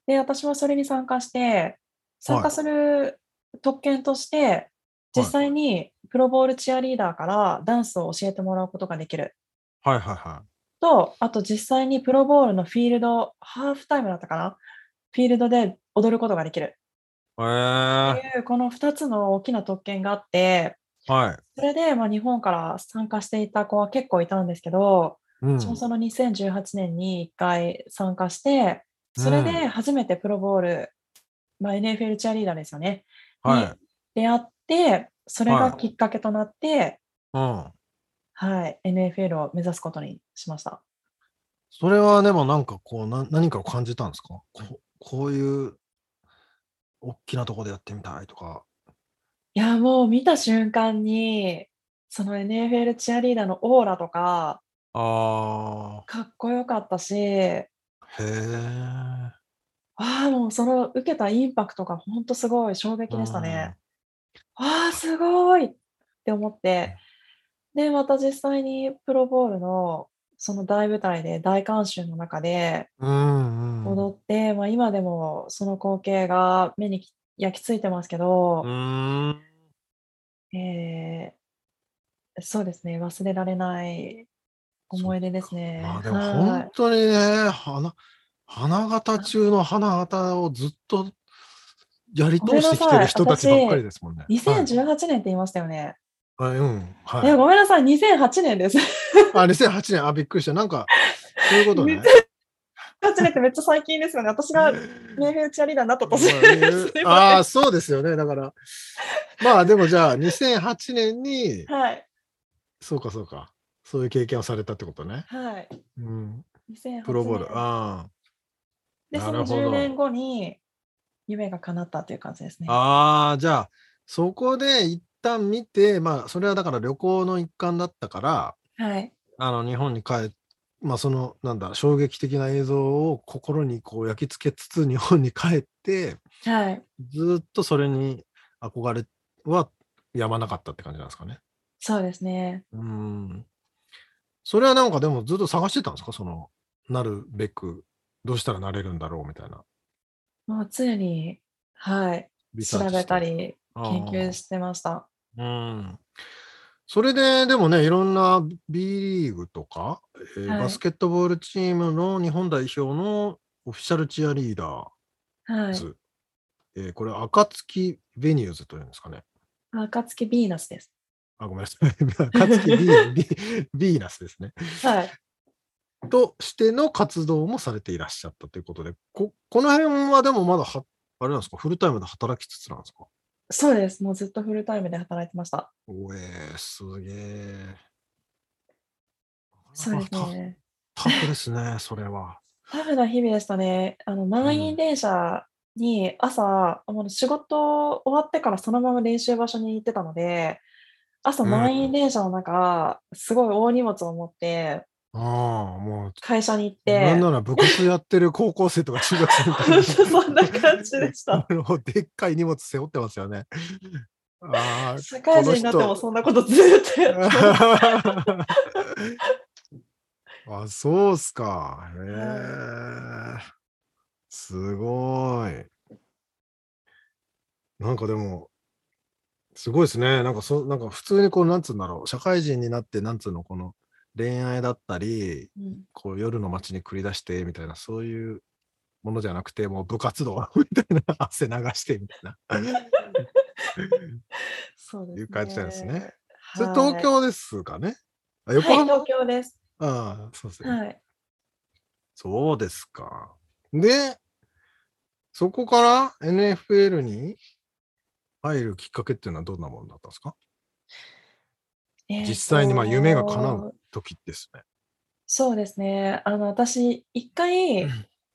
[SPEAKER 2] で、私はそれに参加して、参加する特権として、実際にプロボールチアリーダーからダンスを教えてもらうことができる。
[SPEAKER 3] はいはいは
[SPEAKER 2] と、あと実際にプロボールのフィールド、ハーフタイムだったかなフィールドで踊ることができる。っ
[SPEAKER 3] い。へ
[SPEAKER 2] ていう、この2つの大きな特権があって、
[SPEAKER 3] ー。はい。
[SPEAKER 2] それで、まあ、日本から参加していた子は結構いたんですけど、
[SPEAKER 3] うん。
[SPEAKER 2] そもそも2018年に1回参加して、それ
[SPEAKER 3] うん
[SPEAKER 2] で初めてプロボール、まあ、NFL チアリーダーですよね、
[SPEAKER 3] はい。
[SPEAKER 2] に出会って、それが
[SPEAKER 3] はい
[SPEAKER 2] きっかけとなって、
[SPEAKER 3] うん。
[SPEAKER 2] はい、NFL を目指すことにしました。
[SPEAKER 3] それはでもなんかこう、な何かを感じたんですかここういう、大きなとこでやってみたいとか。
[SPEAKER 2] いや、もう見た瞬間に、その NFL チアリーダーのオーラとか、
[SPEAKER 3] あ
[SPEAKER 2] かっこよかったし、
[SPEAKER 3] ー。へー。
[SPEAKER 2] ああ、もうその受けたインパクトが本当すごい衝撃でしたね。ああ、すごいって思って、で、また実際にプロボールのその大舞台で大観衆の中で
[SPEAKER 3] うんうん。
[SPEAKER 2] 踊って、まあ今でもその光景が目にき焼き付いてますけど
[SPEAKER 3] う、ーん。
[SPEAKER 2] えーそうですね、忘れられない思い出ですね。
[SPEAKER 3] まあでも
[SPEAKER 2] は
[SPEAKER 3] 本
[SPEAKER 2] い。
[SPEAKER 3] 当にね、花、花形中の花形をずっとやり通してきてる人たちばっかりですもんね。
[SPEAKER 2] 2018年って言いましたよね。
[SPEAKER 3] はい、うん。はいい
[SPEAKER 2] や、。ごめんなさい、2008年です。
[SPEAKER 3] あ、2008年、あ、びっくりした。なんか、そういうことね。
[SPEAKER 2] 2008年ってめっちゃ最近ですよね。私がメーフェルチアリーダーになった年 ですね。
[SPEAKER 3] ああ、そうですよね。だから、まあでもじゃあ、2008年に、
[SPEAKER 2] はい。
[SPEAKER 3] そうかそうか、そういう経験をされたってことね。
[SPEAKER 2] はい。
[SPEAKER 3] うん。
[SPEAKER 2] 2008年
[SPEAKER 3] プロボール。ああ。
[SPEAKER 2] で、そ
[SPEAKER 3] なる
[SPEAKER 2] の
[SPEAKER 3] ほど
[SPEAKER 2] 10年後に夢が叶ったという感じですね。
[SPEAKER 3] ああ、じゃあ、そこで一旦見て、まあ、それはだから旅行の一環だったから、
[SPEAKER 2] はい。
[SPEAKER 3] あの、日本に帰って、まあ、その、なんだ、衝撃的な映像を心にこう焼き付けつつ、日本に帰って、
[SPEAKER 2] はい。
[SPEAKER 3] ずーっとそれに憧れはやまなかったって感じなんですかね。
[SPEAKER 2] そうですね。
[SPEAKER 3] うん。それはなんかでもずっと探してたんですかその、なるべく、どうしたらなれるんだろうみたいな。
[SPEAKER 2] もう常に、はい。
[SPEAKER 3] リサ
[SPEAKER 2] 調
[SPEAKER 3] ーチ
[SPEAKER 2] べ
[SPEAKER 3] して
[SPEAKER 2] たり、研
[SPEAKER 3] あー
[SPEAKER 2] 究してました。
[SPEAKER 3] うん。それで、でもね、いろんな B リーグとか、えー
[SPEAKER 2] はい
[SPEAKER 3] バスケットボールチームの日本代表のオフィシャルチアリーダ
[SPEAKER 2] は
[SPEAKER 3] ー
[SPEAKER 2] い
[SPEAKER 3] ズ、。えーこれ、暁ベニューズというんですかね。
[SPEAKER 2] あ暁ビーナスです。
[SPEAKER 3] あ、ごめんなさい。 暁ビービービーナスですね。
[SPEAKER 2] はい。
[SPEAKER 3] としての活動もされていらっしゃったということで、ここの辺はでもまだは、あれなんですか、フルタイムで働きつつなんですか
[SPEAKER 2] そうです。もうずっとフルタイムで働いてました。
[SPEAKER 3] おえー、すげえ。
[SPEAKER 2] そうです
[SPEAKER 3] なかなか
[SPEAKER 2] ね。
[SPEAKER 3] タフですね、それは。
[SPEAKER 2] タフな日々でしたね。あの、満員電車に朝、もう仕事終わってからそのまま練習場所に行ってたので、朝
[SPEAKER 3] うん
[SPEAKER 2] 満員電車の中、すごい大荷物を持って
[SPEAKER 3] ああ、もう、
[SPEAKER 2] 会社に行って、
[SPEAKER 3] なんなら部活やってる高校生とか中学生みたいな。
[SPEAKER 2] そんな感じで した。
[SPEAKER 3] もうでっかい荷物背負ってますよね。ああ、
[SPEAKER 2] 社会人になってもそんなことずっとやってます
[SPEAKER 3] あ、そうっすか。へ
[SPEAKER 2] は
[SPEAKER 3] え。すごい。なんかでも、すごいですね。なんかそ、なんか普通にこう、なんつうんだろう。社会人になって、なんつうの、この恋愛だったり、
[SPEAKER 2] うん
[SPEAKER 3] こう夜の街に繰り出してみたいな、そういうものじゃなくて、もう部活動 みたいな、汗流してみたいな、
[SPEAKER 2] そうです
[SPEAKER 3] いう感じなんですね。。そ
[SPEAKER 2] はい
[SPEAKER 3] れ東京ですかね。あ
[SPEAKER 2] はい、
[SPEAKER 3] 横浜、
[SPEAKER 2] 東京です。
[SPEAKER 3] ああ、そうですね。
[SPEAKER 2] はい。
[SPEAKER 3] そうですか。で、そこから NFL に入るきっかけっていうのはどんなものだったんですか
[SPEAKER 2] えーと
[SPEAKER 3] 実際にまあ夢が叶う時ですね。
[SPEAKER 2] そうですね。あの、私、一回、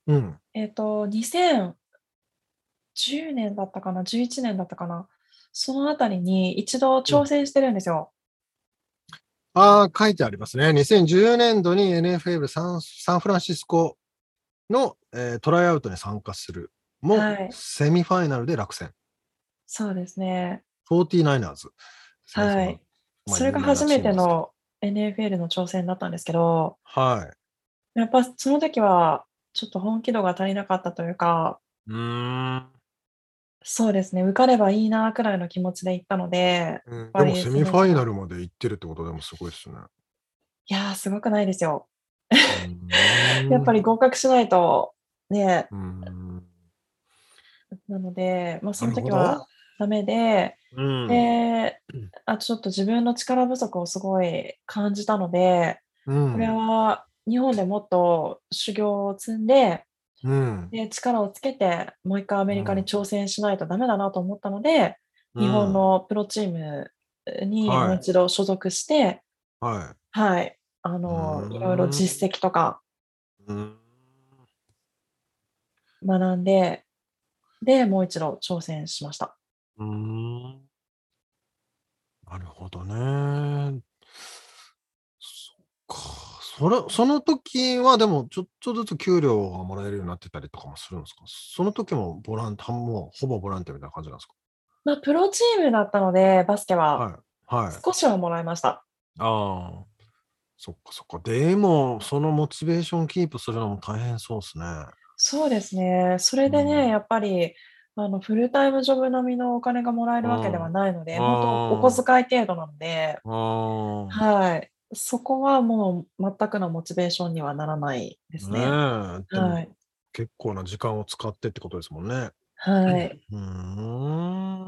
[SPEAKER 3] うん。
[SPEAKER 2] えっと、2010年だったかな、11年だったかな、そのあたりに一度挑戦してるんですよ。
[SPEAKER 3] ああ、書いてありますね。2010年度に NFL サンサンフランシスコの、えートライアウトに参加するも、
[SPEAKER 2] はい
[SPEAKER 3] セミファイナルで落選。
[SPEAKER 2] そうですね。
[SPEAKER 3] 49ers。
[SPEAKER 2] はい。
[SPEAKER 3] まあ
[SPEAKER 2] それが初めて。
[SPEAKER 3] 有名なチームです
[SPEAKER 2] の NFL の挑戦だったんですけど、
[SPEAKER 3] けどはい。
[SPEAKER 2] やっぱその時はちょっと本気度が足りなかったというか、
[SPEAKER 3] うーん。
[SPEAKER 2] そうですね、受かればいいなくらいの気持ちで行ったので、
[SPEAKER 3] うん
[SPEAKER 2] ぱ
[SPEAKER 3] で
[SPEAKER 2] り
[SPEAKER 3] もセミファイナルまで行ってるってことでもすごいですね。
[SPEAKER 2] いやー、すごくないですよ。
[SPEAKER 3] うーん
[SPEAKER 2] やっぱり合格しないと、ね、
[SPEAKER 3] うーん
[SPEAKER 2] なので、まあ、その
[SPEAKER 3] な
[SPEAKER 2] 時
[SPEAKER 3] るほ
[SPEAKER 2] はダメで、
[SPEAKER 3] どうん
[SPEAKER 2] で
[SPEAKER 3] うん、
[SPEAKER 2] あちょっと自分の力不足をすごい感じたので、
[SPEAKER 3] うん
[SPEAKER 2] これは日本でもっと修行を積んで、
[SPEAKER 3] うん
[SPEAKER 2] で力をつけて、もう一回アメリカに挑戦しないとダメだなと思ったので、
[SPEAKER 3] うん
[SPEAKER 2] 日本のプロチームに
[SPEAKER 3] はい
[SPEAKER 2] もう一度所属して、
[SPEAKER 3] は
[SPEAKER 2] はい、あの
[SPEAKER 3] うーん
[SPEAKER 2] いろいろ実績とか
[SPEAKER 3] い。うん
[SPEAKER 2] 学んで、で、もう一度挑戦しました。
[SPEAKER 3] うーんなるほどね。そっか。それ、その時はでも、ちょっとずつ給料がもらえるようになってたりとかもするんですかその時もボランティア、もうほぼボランティアみたいな感じなんです
[SPEAKER 2] まあ、プロチームだったので、バスケ
[SPEAKER 3] か
[SPEAKER 2] は
[SPEAKER 3] はい。はい。
[SPEAKER 2] 少しはもらいました。
[SPEAKER 3] ああ。そっかそっか。でも、そのモチベーションキープするのも大変そうですね。
[SPEAKER 2] そうですね。それでね、
[SPEAKER 3] うん
[SPEAKER 2] やっぱりあのフルタイムジョブ並みのお金がもらえるわけではないので、
[SPEAKER 3] うん
[SPEAKER 2] 本当お小遣い程度なので、
[SPEAKER 3] ああ。
[SPEAKER 2] はい。そこはもう全くのモチベーションにはならないです
[SPEAKER 3] ね
[SPEAKER 2] ね。
[SPEAKER 3] え、でも
[SPEAKER 2] はい。
[SPEAKER 3] 結構な時間を使ってってことですもんね。
[SPEAKER 2] はい。
[SPEAKER 3] うー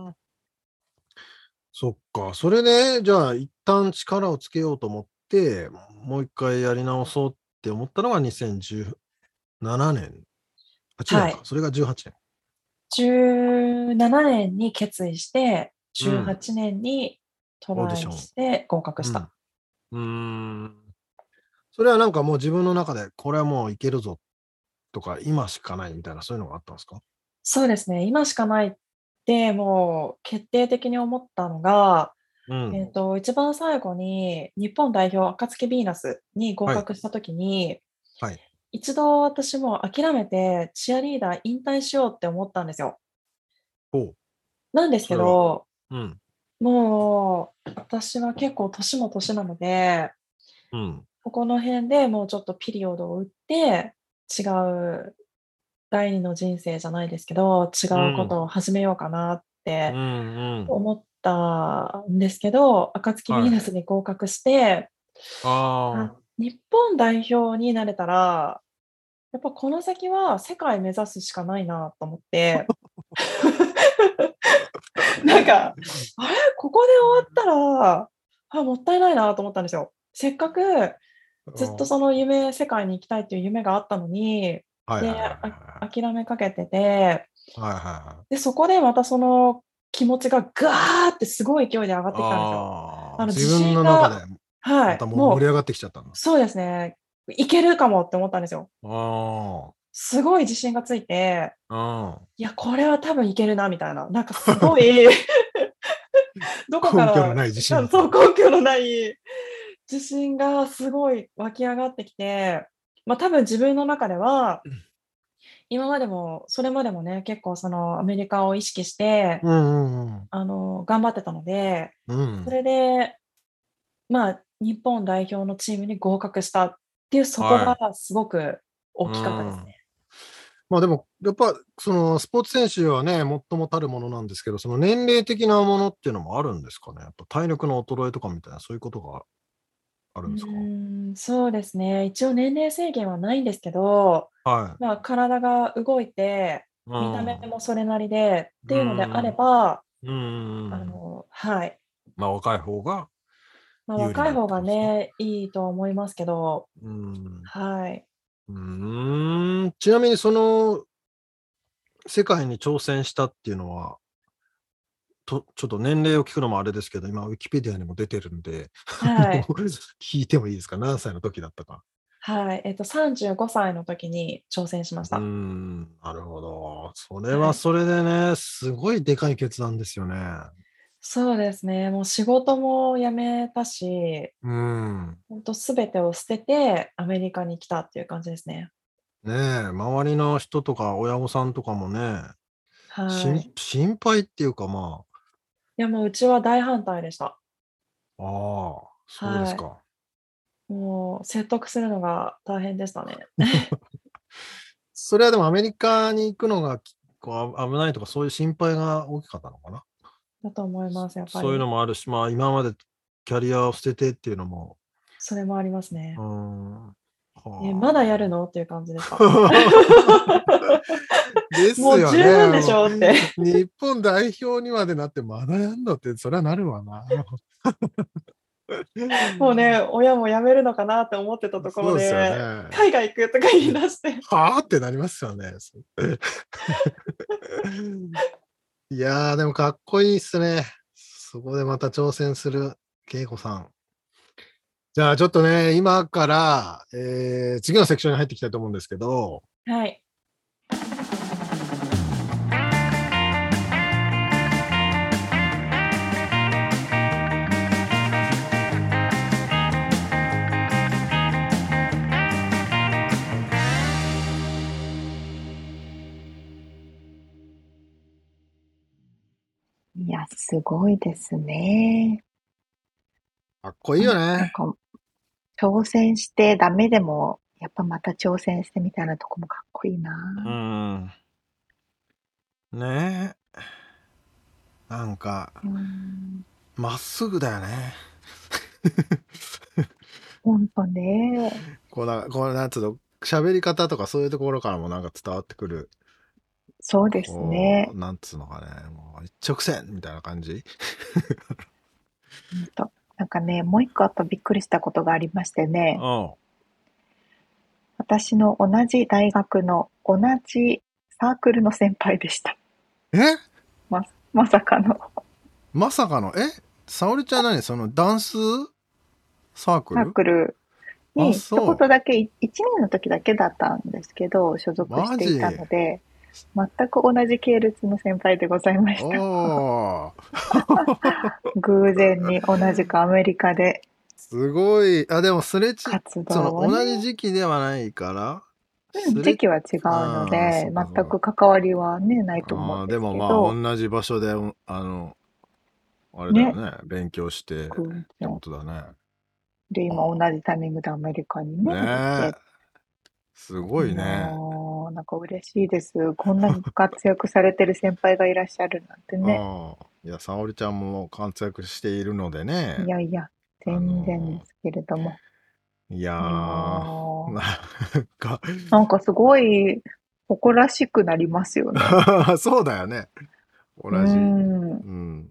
[SPEAKER 3] ん。そっか。それで、じゃあ、一旦力をつけようと思って、もう一回やり直そうって思ったのが2017年。8年か。
[SPEAKER 2] はい
[SPEAKER 3] それが18年。
[SPEAKER 2] 17年に決意して、
[SPEAKER 3] うん
[SPEAKER 2] 18年にト
[SPEAKER 3] オー
[SPEAKER 2] ラ
[SPEAKER 3] デ
[SPEAKER 2] イ
[SPEAKER 3] ィション
[SPEAKER 2] して合格した。
[SPEAKER 3] うん。うーんそれはなんかもう自分の中で、これはもういけるぞとか、今しかないみたいな、そういうのがあったんですか
[SPEAKER 2] そうですね、今しかないって、もう決定的に思ったのが、
[SPEAKER 3] うん。
[SPEAKER 2] えっと、一番最後に日本代表、暁ヴィーナスに合格したときに、
[SPEAKER 3] はい
[SPEAKER 2] 一度私もう諦めてチアリーダー引退しようって思ったんですよ。
[SPEAKER 3] ほう。
[SPEAKER 2] なんですけど、
[SPEAKER 3] うん。
[SPEAKER 2] もう私は結構年も年なので、
[SPEAKER 3] うん。
[SPEAKER 2] ここの辺でもうちょっとピリオドを打って、違う第二の人生じゃないですけど、違うことを始めようかなって
[SPEAKER 3] うんうん。
[SPEAKER 2] 思ったんですけど、暁ヴィーナスに合格して、
[SPEAKER 3] あ
[SPEAKER 2] 日本代表になれたら、やっぱこの先は世界目指すしかないなと思 って、なんか、あれここで終わったら、あ、もったいないなと思ったんですよ。せっかく
[SPEAKER 3] あ。
[SPEAKER 2] ずっとその夢、世界に行きたいっていう夢があったのに、
[SPEAKER 3] はい
[SPEAKER 2] で、
[SPEAKER 3] はいはいはい
[SPEAKER 2] あ諦めかけてて、
[SPEAKER 3] はいはいはい。
[SPEAKER 2] で、そこでまたその気持ちがガーってすごい勢いで上がってきたんですよ。
[SPEAKER 3] あ
[SPEAKER 2] あの
[SPEAKER 3] ー自分の中で
[SPEAKER 2] は
[SPEAKER 3] ま
[SPEAKER 2] い。
[SPEAKER 3] たも
[SPEAKER 2] も
[SPEAKER 3] 盛り
[SPEAKER 2] う、
[SPEAKER 3] 上がってきちゃったんです。
[SPEAKER 2] そうですね。いけるかもって思ったんですよ。
[SPEAKER 3] あ
[SPEAKER 2] すごい自信がついて、
[SPEAKER 3] あ。うん。
[SPEAKER 2] いや、これは多分いけるな、みたいな。なんかすごい、 どこから、
[SPEAKER 3] 根拠のない自信
[SPEAKER 2] そう、根拠のない自信がすごい湧き上がってきて、まあ多分自分の中では、今までも、それまでもね、結構そのアメリカを意識して、
[SPEAKER 3] うんうん
[SPEAKER 2] あの、頑張ってたので、
[SPEAKER 3] うん。
[SPEAKER 2] それで、まあ、日本代表のチームに合格したっていう、そこがすごく大きかったですね。
[SPEAKER 3] まあでも、やっぱ、その、スポーツ選手はね、最もたるものなんですけど、その年齢的なものっていうのもあるんですかね。やっぱ体力の衰えとかみたいな、そういうことがあるんですか、
[SPEAKER 2] うーんそうですね。一応年齢制限はないんですけど、
[SPEAKER 3] はい。
[SPEAKER 2] まあ、体が動いて、見た目もそれなりで、っていうのであれば、
[SPEAKER 3] うんうんうん。
[SPEAKER 2] あの、はい。
[SPEAKER 3] まあ若い方が、
[SPEAKER 2] まあ、
[SPEAKER 3] 有利
[SPEAKER 2] 若い方
[SPEAKER 3] な
[SPEAKER 2] が
[SPEAKER 3] ってことです
[SPEAKER 2] ね、いいとは思いますけど、
[SPEAKER 3] うん。
[SPEAKER 2] はい。
[SPEAKER 3] うーんちなみにその世界に挑戦したっていうのはとちょっと年齢を聞くのもあれですけど今ウィキペディアにも出てるんで、
[SPEAKER 2] はい。
[SPEAKER 3] 聞いてもいいですか何歳の時だったか
[SPEAKER 2] はい。えっと、35歳の時に挑戦しまし
[SPEAKER 3] うー
[SPEAKER 2] た。
[SPEAKER 3] んなるほどそれ
[SPEAKER 2] は
[SPEAKER 3] はいそれでねすごいでかい決断ですよね
[SPEAKER 2] そうですね。もう仕事も辞めたし、
[SPEAKER 3] うん
[SPEAKER 2] 本当すべてを捨ててアメリカに来たっていう感じですね。
[SPEAKER 3] ねえ周りの人とか親御さんとかもね、
[SPEAKER 2] は
[SPEAKER 3] 心
[SPEAKER 2] い。い
[SPEAKER 3] 心配っていうかま
[SPEAKER 2] や、もううちは大反対でした。
[SPEAKER 3] あああそうですか、
[SPEAKER 2] もう説得するのが大変でしたね。
[SPEAKER 3] それはでもアメリカに行くのがきこうあ危ないとかそういう心配が大きかったのかな。
[SPEAKER 2] だと思います、やっぱり。
[SPEAKER 3] そういうのもあるし、まあ今までキャリアを捨ててっていうのも。
[SPEAKER 2] それもあります
[SPEAKER 3] う
[SPEAKER 2] ね
[SPEAKER 3] ー。んはあ
[SPEAKER 2] え、まだやるのっていう感じでし た。
[SPEAKER 3] です
[SPEAKER 2] も
[SPEAKER 3] よ
[SPEAKER 2] う
[SPEAKER 3] ね。
[SPEAKER 2] 十分でしょうって。
[SPEAKER 3] 日本代表にまでなってまだやんのってそれはなるわな。
[SPEAKER 2] もうね、親も辞めるのかなって思ってたと
[SPEAKER 3] そ
[SPEAKER 2] ころ
[SPEAKER 3] うですよ
[SPEAKER 2] で、
[SPEAKER 3] ね。
[SPEAKER 2] 海外行くとか言い出して。
[SPEAKER 3] はあってなりますよね。 いやー、でもかっこいいっすね。そこでまた挑戦する恵子さん。じゃあちょっとね、今から、えー次のセクションに入っていきたいと思うんですけど、
[SPEAKER 2] はい。
[SPEAKER 1] いや、すごいですね。
[SPEAKER 3] かっこいいよ
[SPEAKER 1] なん
[SPEAKER 3] ね。
[SPEAKER 1] か、挑戦してダメでも、やっぱまた挑戦してみたいなとこもかっこいいな。
[SPEAKER 3] ん。ねえ。なんか、
[SPEAKER 1] うん、
[SPEAKER 3] まっすぐだよね。
[SPEAKER 1] ほんとね。
[SPEAKER 3] こうな、こうなんつうの、喋り方とかそういうところからもなんか伝わってくる
[SPEAKER 1] そうですね
[SPEAKER 3] こ。うなんつうのかね、もう一直線みたいな感じ。
[SPEAKER 1] ほんと。なんかね、もう一個あとびっくりしたことがありましてね。
[SPEAKER 3] ん。
[SPEAKER 1] 私の同じ大学の同じサークルの先輩でした。
[SPEAKER 3] え
[SPEAKER 1] ま、まさかの
[SPEAKER 3] まさかの、え沙織ちゃん何そのダンスサーク
[SPEAKER 1] サー
[SPEAKER 3] ル
[SPEAKER 1] クルに、ち
[SPEAKER 3] そう
[SPEAKER 1] ょこっとだけ、1年の時だけだったんですけど、所属していたので、全く同じ系列の先輩でございました。
[SPEAKER 3] ああ、
[SPEAKER 1] 偶然に同じくアメリカです
[SPEAKER 3] ごい。あ、でもすれ違、
[SPEAKER 1] 活
[SPEAKER 3] そ
[SPEAKER 1] 動
[SPEAKER 3] の
[SPEAKER 1] を
[SPEAKER 3] 同
[SPEAKER 1] ね、
[SPEAKER 3] じ時期ではないから、
[SPEAKER 1] うん、時期は違うの
[SPEAKER 3] あー
[SPEAKER 1] で
[SPEAKER 3] そう、かそうか
[SPEAKER 1] 全く関わりはね、ないと思
[SPEAKER 3] あ
[SPEAKER 1] う
[SPEAKER 3] あ、
[SPEAKER 1] んで
[SPEAKER 3] ですも
[SPEAKER 1] け
[SPEAKER 3] ま
[SPEAKER 1] ど、
[SPEAKER 3] あ、同じ場所で、あの、あれだよね。勉強してって
[SPEAKER 1] 偶
[SPEAKER 3] こ
[SPEAKER 1] 然。
[SPEAKER 3] とだね。
[SPEAKER 1] で、今
[SPEAKER 3] あ
[SPEAKER 1] 同じタイミングでアメリカにね、行って
[SPEAKER 3] ねえ。すごい
[SPEAKER 1] いや
[SPEAKER 3] ね。
[SPEAKER 1] ー、なんか嬉しいです。こんなに活躍されてる先輩がいらっしゃるなんてね。
[SPEAKER 3] ああ。いや、沙織ちゃんも活躍しているので
[SPEAKER 1] い
[SPEAKER 3] ね。
[SPEAKER 1] やいや、
[SPEAKER 3] あ
[SPEAKER 1] 全然で
[SPEAKER 3] の、
[SPEAKER 1] すけれども。
[SPEAKER 3] いや
[SPEAKER 1] いや
[SPEAKER 3] ー、
[SPEAKER 1] ー、
[SPEAKER 3] なんか
[SPEAKER 1] なんかすごい誇らしくなりますよね。
[SPEAKER 3] そうだよね。同
[SPEAKER 1] う
[SPEAKER 3] じ。
[SPEAKER 1] ーん、
[SPEAKER 3] うん。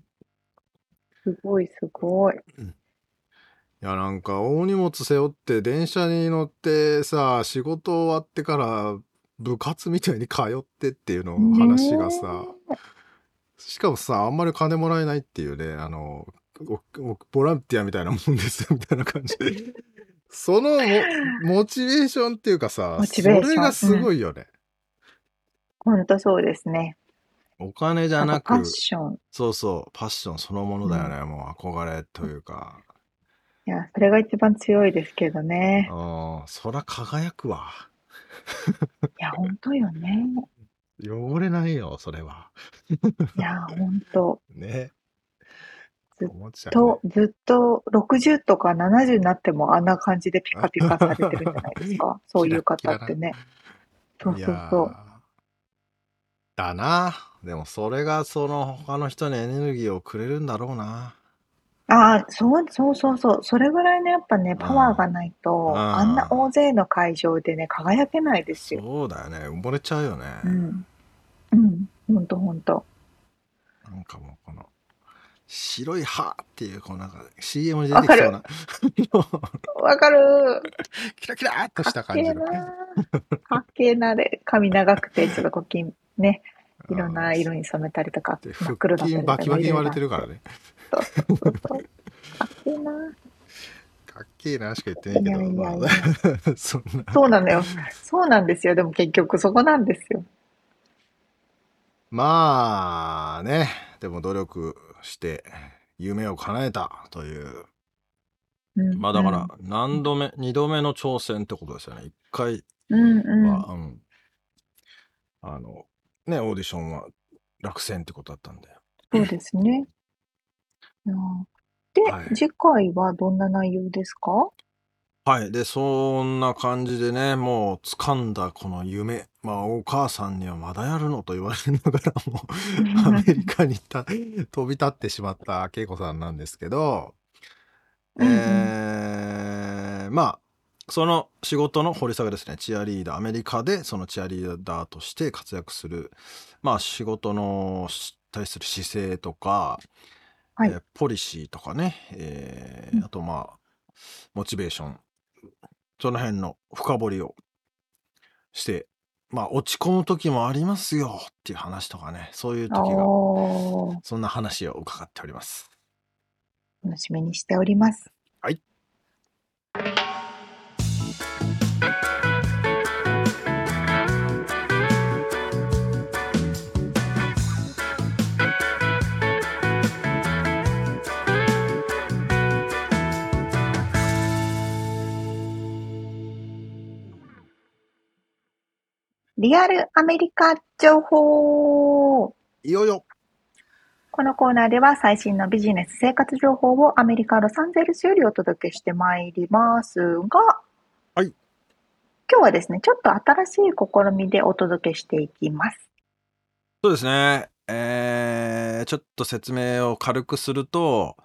[SPEAKER 1] すごいすごい。
[SPEAKER 3] いや、なんか、大荷物背負って、電車に乗ってさ、仕事終わってから、部活みたいに通ってっていうの
[SPEAKER 1] ね
[SPEAKER 3] 話がさ、しかもさ、あんまり金もらえないっていうね、あの、おおボランティアみたいなもんですよ、み たいな感じで。そのモ、モチベーションっていうかさ、
[SPEAKER 1] モチベ
[SPEAKER 3] そ
[SPEAKER 1] ーシ
[SPEAKER 3] れ
[SPEAKER 1] ョ
[SPEAKER 3] が
[SPEAKER 1] ン。う
[SPEAKER 3] す
[SPEAKER 1] ん、
[SPEAKER 3] ごいよね。
[SPEAKER 1] ほんとそうですね。
[SPEAKER 3] お金じゃ
[SPEAKER 1] なん
[SPEAKER 3] な
[SPEAKER 1] かパッ
[SPEAKER 3] く、
[SPEAKER 1] ション。
[SPEAKER 3] そうそう、パッションそのもの
[SPEAKER 1] う
[SPEAKER 3] だ
[SPEAKER 1] ん。
[SPEAKER 3] よね、もう憧れというか。
[SPEAKER 1] いや、それが一番強いですけどね。
[SPEAKER 3] ああ、そら輝くわ。
[SPEAKER 1] いや、ほんとよね。
[SPEAKER 3] 汚れないよ、それは。
[SPEAKER 1] いや、ほんと。
[SPEAKER 3] ね。
[SPEAKER 1] ずっ
[SPEAKER 3] 思っちゃうね。
[SPEAKER 1] と、ずっと60とか70になってもあんな感じでピカピカされてるんじゃないですか。そ う
[SPEAKER 3] キ
[SPEAKER 1] い
[SPEAKER 3] ラ
[SPEAKER 1] う
[SPEAKER 3] ッキ
[SPEAKER 1] 方
[SPEAKER 3] ラ
[SPEAKER 1] って
[SPEAKER 3] な。
[SPEAKER 1] ね。そ
[SPEAKER 3] いうや
[SPEAKER 1] そうそう。
[SPEAKER 3] ー、だな。でもそれがその他の人にエネルギーをくれるんだろうな。
[SPEAKER 1] ああ、そう、そうそうそう。それぐらいのやっぱね、
[SPEAKER 3] う
[SPEAKER 1] パワ
[SPEAKER 3] ん。
[SPEAKER 1] ーがないと、あんな
[SPEAKER 3] う
[SPEAKER 1] 大
[SPEAKER 3] ん。
[SPEAKER 1] 勢の会場でね、輝けないですよ。
[SPEAKER 3] そうだよね。埋もれちゃうよね。
[SPEAKER 1] うん。うん。ほんとほんと。
[SPEAKER 3] なんかもうこの、白い歯っていう、こうなんか CM に出
[SPEAKER 1] わ
[SPEAKER 3] てき
[SPEAKER 1] か
[SPEAKER 3] そう
[SPEAKER 1] る。
[SPEAKER 3] な、あ
[SPEAKER 1] わかる。
[SPEAKER 3] のキラキラーっと
[SPEAKER 1] か
[SPEAKER 3] し
[SPEAKER 1] った
[SPEAKER 3] 感
[SPEAKER 1] け
[SPEAKER 3] じ
[SPEAKER 1] え
[SPEAKER 3] の。
[SPEAKER 1] なあ。かっけえなで、髪長くて、ちょっとこう金、ね、いろん
[SPEAKER 3] あ
[SPEAKER 1] な
[SPEAKER 3] ー
[SPEAKER 1] 色に染めたりとか、
[SPEAKER 3] で、
[SPEAKER 1] 真っ
[SPEAKER 3] 腹
[SPEAKER 1] 黒だっ
[SPEAKER 3] 筋
[SPEAKER 1] たりと
[SPEAKER 3] バ
[SPEAKER 1] か、
[SPEAKER 3] キ
[SPEAKER 1] まあ
[SPEAKER 3] バ
[SPEAKER 1] い
[SPEAKER 3] キに
[SPEAKER 1] ろ
[SPEAKER 3] 割
[SPEAKER 1] いろ
[SPEAKER 3] れ
[SPEAKER 1] あ
[SPEAKER 3] て
[SPEAKER 1] っ
[SPEAKER 3] るから
[SPEAKER 1] て。
[SPEAKER 3] ね。
[SPEAKER 1] そうそうそうそう。かっけえな。
[SPEAKER 3] かっけえなしか言ってない
[SPEAKER 1] い
[SPEAKER 3] け
[SPEAKER 1] や
[SPEAKER 3] ど、ま
[SPEAKER 1] いやいや。
[SPEAKER 3] あ、 そんな。
[SPEAKER 1] そう なのよ。そうなんですよ。でも結局そこなんですよ。
[SPEAKER 3] まあね、でも努力して夢を叶えたという。
[SPEAKER 1] うん
[SPEAKER 3] まあ
[SPEAKER 1] う
[SPEAKER 3] だか
[SPEAKER 1] ん。
[SPEAKER 3] ら何度目、二度目の挑戦ってことですよね。一回
[SPEAKER 1] うんう
[SPEAKER 3] は、
[SPEAKER 1] ん。
[SPEAKER 3] うん、あの、ね、オーディションは落選ってことだったんで。
[SPEAKER 1] そうですね。いやーで、
[SPEAKER 3] はい。
[SPEAKER 1] 次回はどんな内容ですか
[SPEAKER 3] はい。で、そんな感じでね、もう掴んだこの夢。まあ、お母さんにはまだやるのと言われながらも、アメリカに行った飛び立ってしまった恵子さんなんですけど、
[SPEAKER 1] うんうん。
[SPEAKER 3] えー、まあ、その仕事の掘り下げですね。チアリーダー。アメリカでそのチアリーダーとして活躍する、まあ仕事のし対する姿勢とか、
[SPEAKER 1] は
[SPEAKER 3] え
[SPEAKER 1] い。
[SPEAKER 3] ーポリシーとかね、
[SPEAKER 1] う
[SPEAKER 3] えー
[SPEAKER 1] ん
[SPEAKER 3] あとまあ、モチベーション、その辺の深掘りをして、まあ落ち込む時もありますよっていう話とかね、そういう時が、
[SPEAKER 1] おー、
[SPEAKER 3] そんな話を伺っております。
[SPEAKER 1] 楽しみにしております。
[SPEAKER 3] はい。
[SPEAKER 1] リアルアメリカ情報
[SPEAKER 3] いよいよ。
[SPEAKER 1] このコーナーでは最新のビジネス生活情報をアメリカ・ロサンゼルスよりお届けしてまいりますが、
[SPEAKER 3] はい。
[SPEAKER 1] 今日はですね、ちょっと新しい試みでお届けしていきます。
[SPEAKER 3] そうですね。えー、ちょっと説明を軽くすると、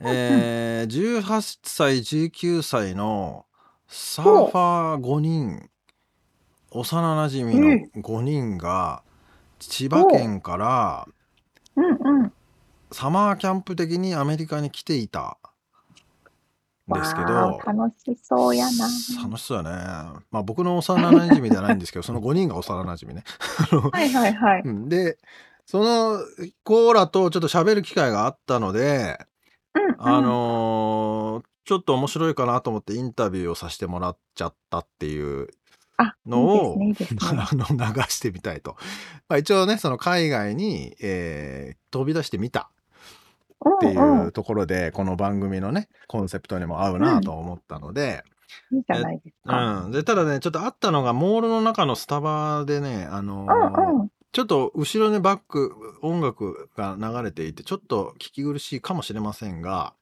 [SPEAKER 1] うんうん。
[SPEAKER 3] えー、18歳、19歳のサーフ
[SPEAKER 1] ほ
[SPEAKER 3] ァー5人、幼馴
[SPEAKER 1] う。
[SPEAKER 3] 染の
[SPEAKER 1] ええ。
[SPEAKER 3] 5人が、千葉
[SPEAKER 1] ほう。
[SPEAKER 3] 県から
[SPEAKER 1] うんうん。
[SPEAKER 3] サマーキャンプ的にアメリカに来ていたんですけ
[SPEAKER 1] わ
[SPEAKER 3] ど、
[SPEAKER 1] ー、楽しそうやな。
[SPEAKER 3] 楽しそうやね。まあ僕の幼馴染ではないんですけど、その5人が幼馴染ね。あの
[SPEAKER 1] はいはいはい。
[SPEAKER 3] うんで、その子らとちょっと喋る機会があったので、
[SPEAKER 1] うん
[SPEAKER 3] あ
[SPEAKER 1] うん。
[SPEAKER 3] のーちょっと面白いかなと思ってインタビューをさせてもらっちゃったっていう
[SPEAKER 1] あ、
[SPEAKER 3] のを
[SPEAKER 1] いいですね、いいで すね。
[SPEAKER 3] あの流してみたいと。まあ、一応ね、その海外に、えー飛び出してみたってい
[SPEAKER 1] うんうん
[SPEAKER 3] うところで、この番組のね、コンセプトにも合うなと思ったので、
[SPEAKER 1] いいじゃないです
[SPEAKER 3] う
[SPEAKER 1] か。
[SPEAKER 3] ん。で、ただね、ちょっとあったのが、モールの中のスタバでね、あの
[SPEAKER 1] う
[SPEAKER 3] ー
[SPEAKER 1] んうん。
[SPEAKER 3] ちょっと後ろにバック、音楽が流れていて、ちょっと聞き苦しいかもしれませんが、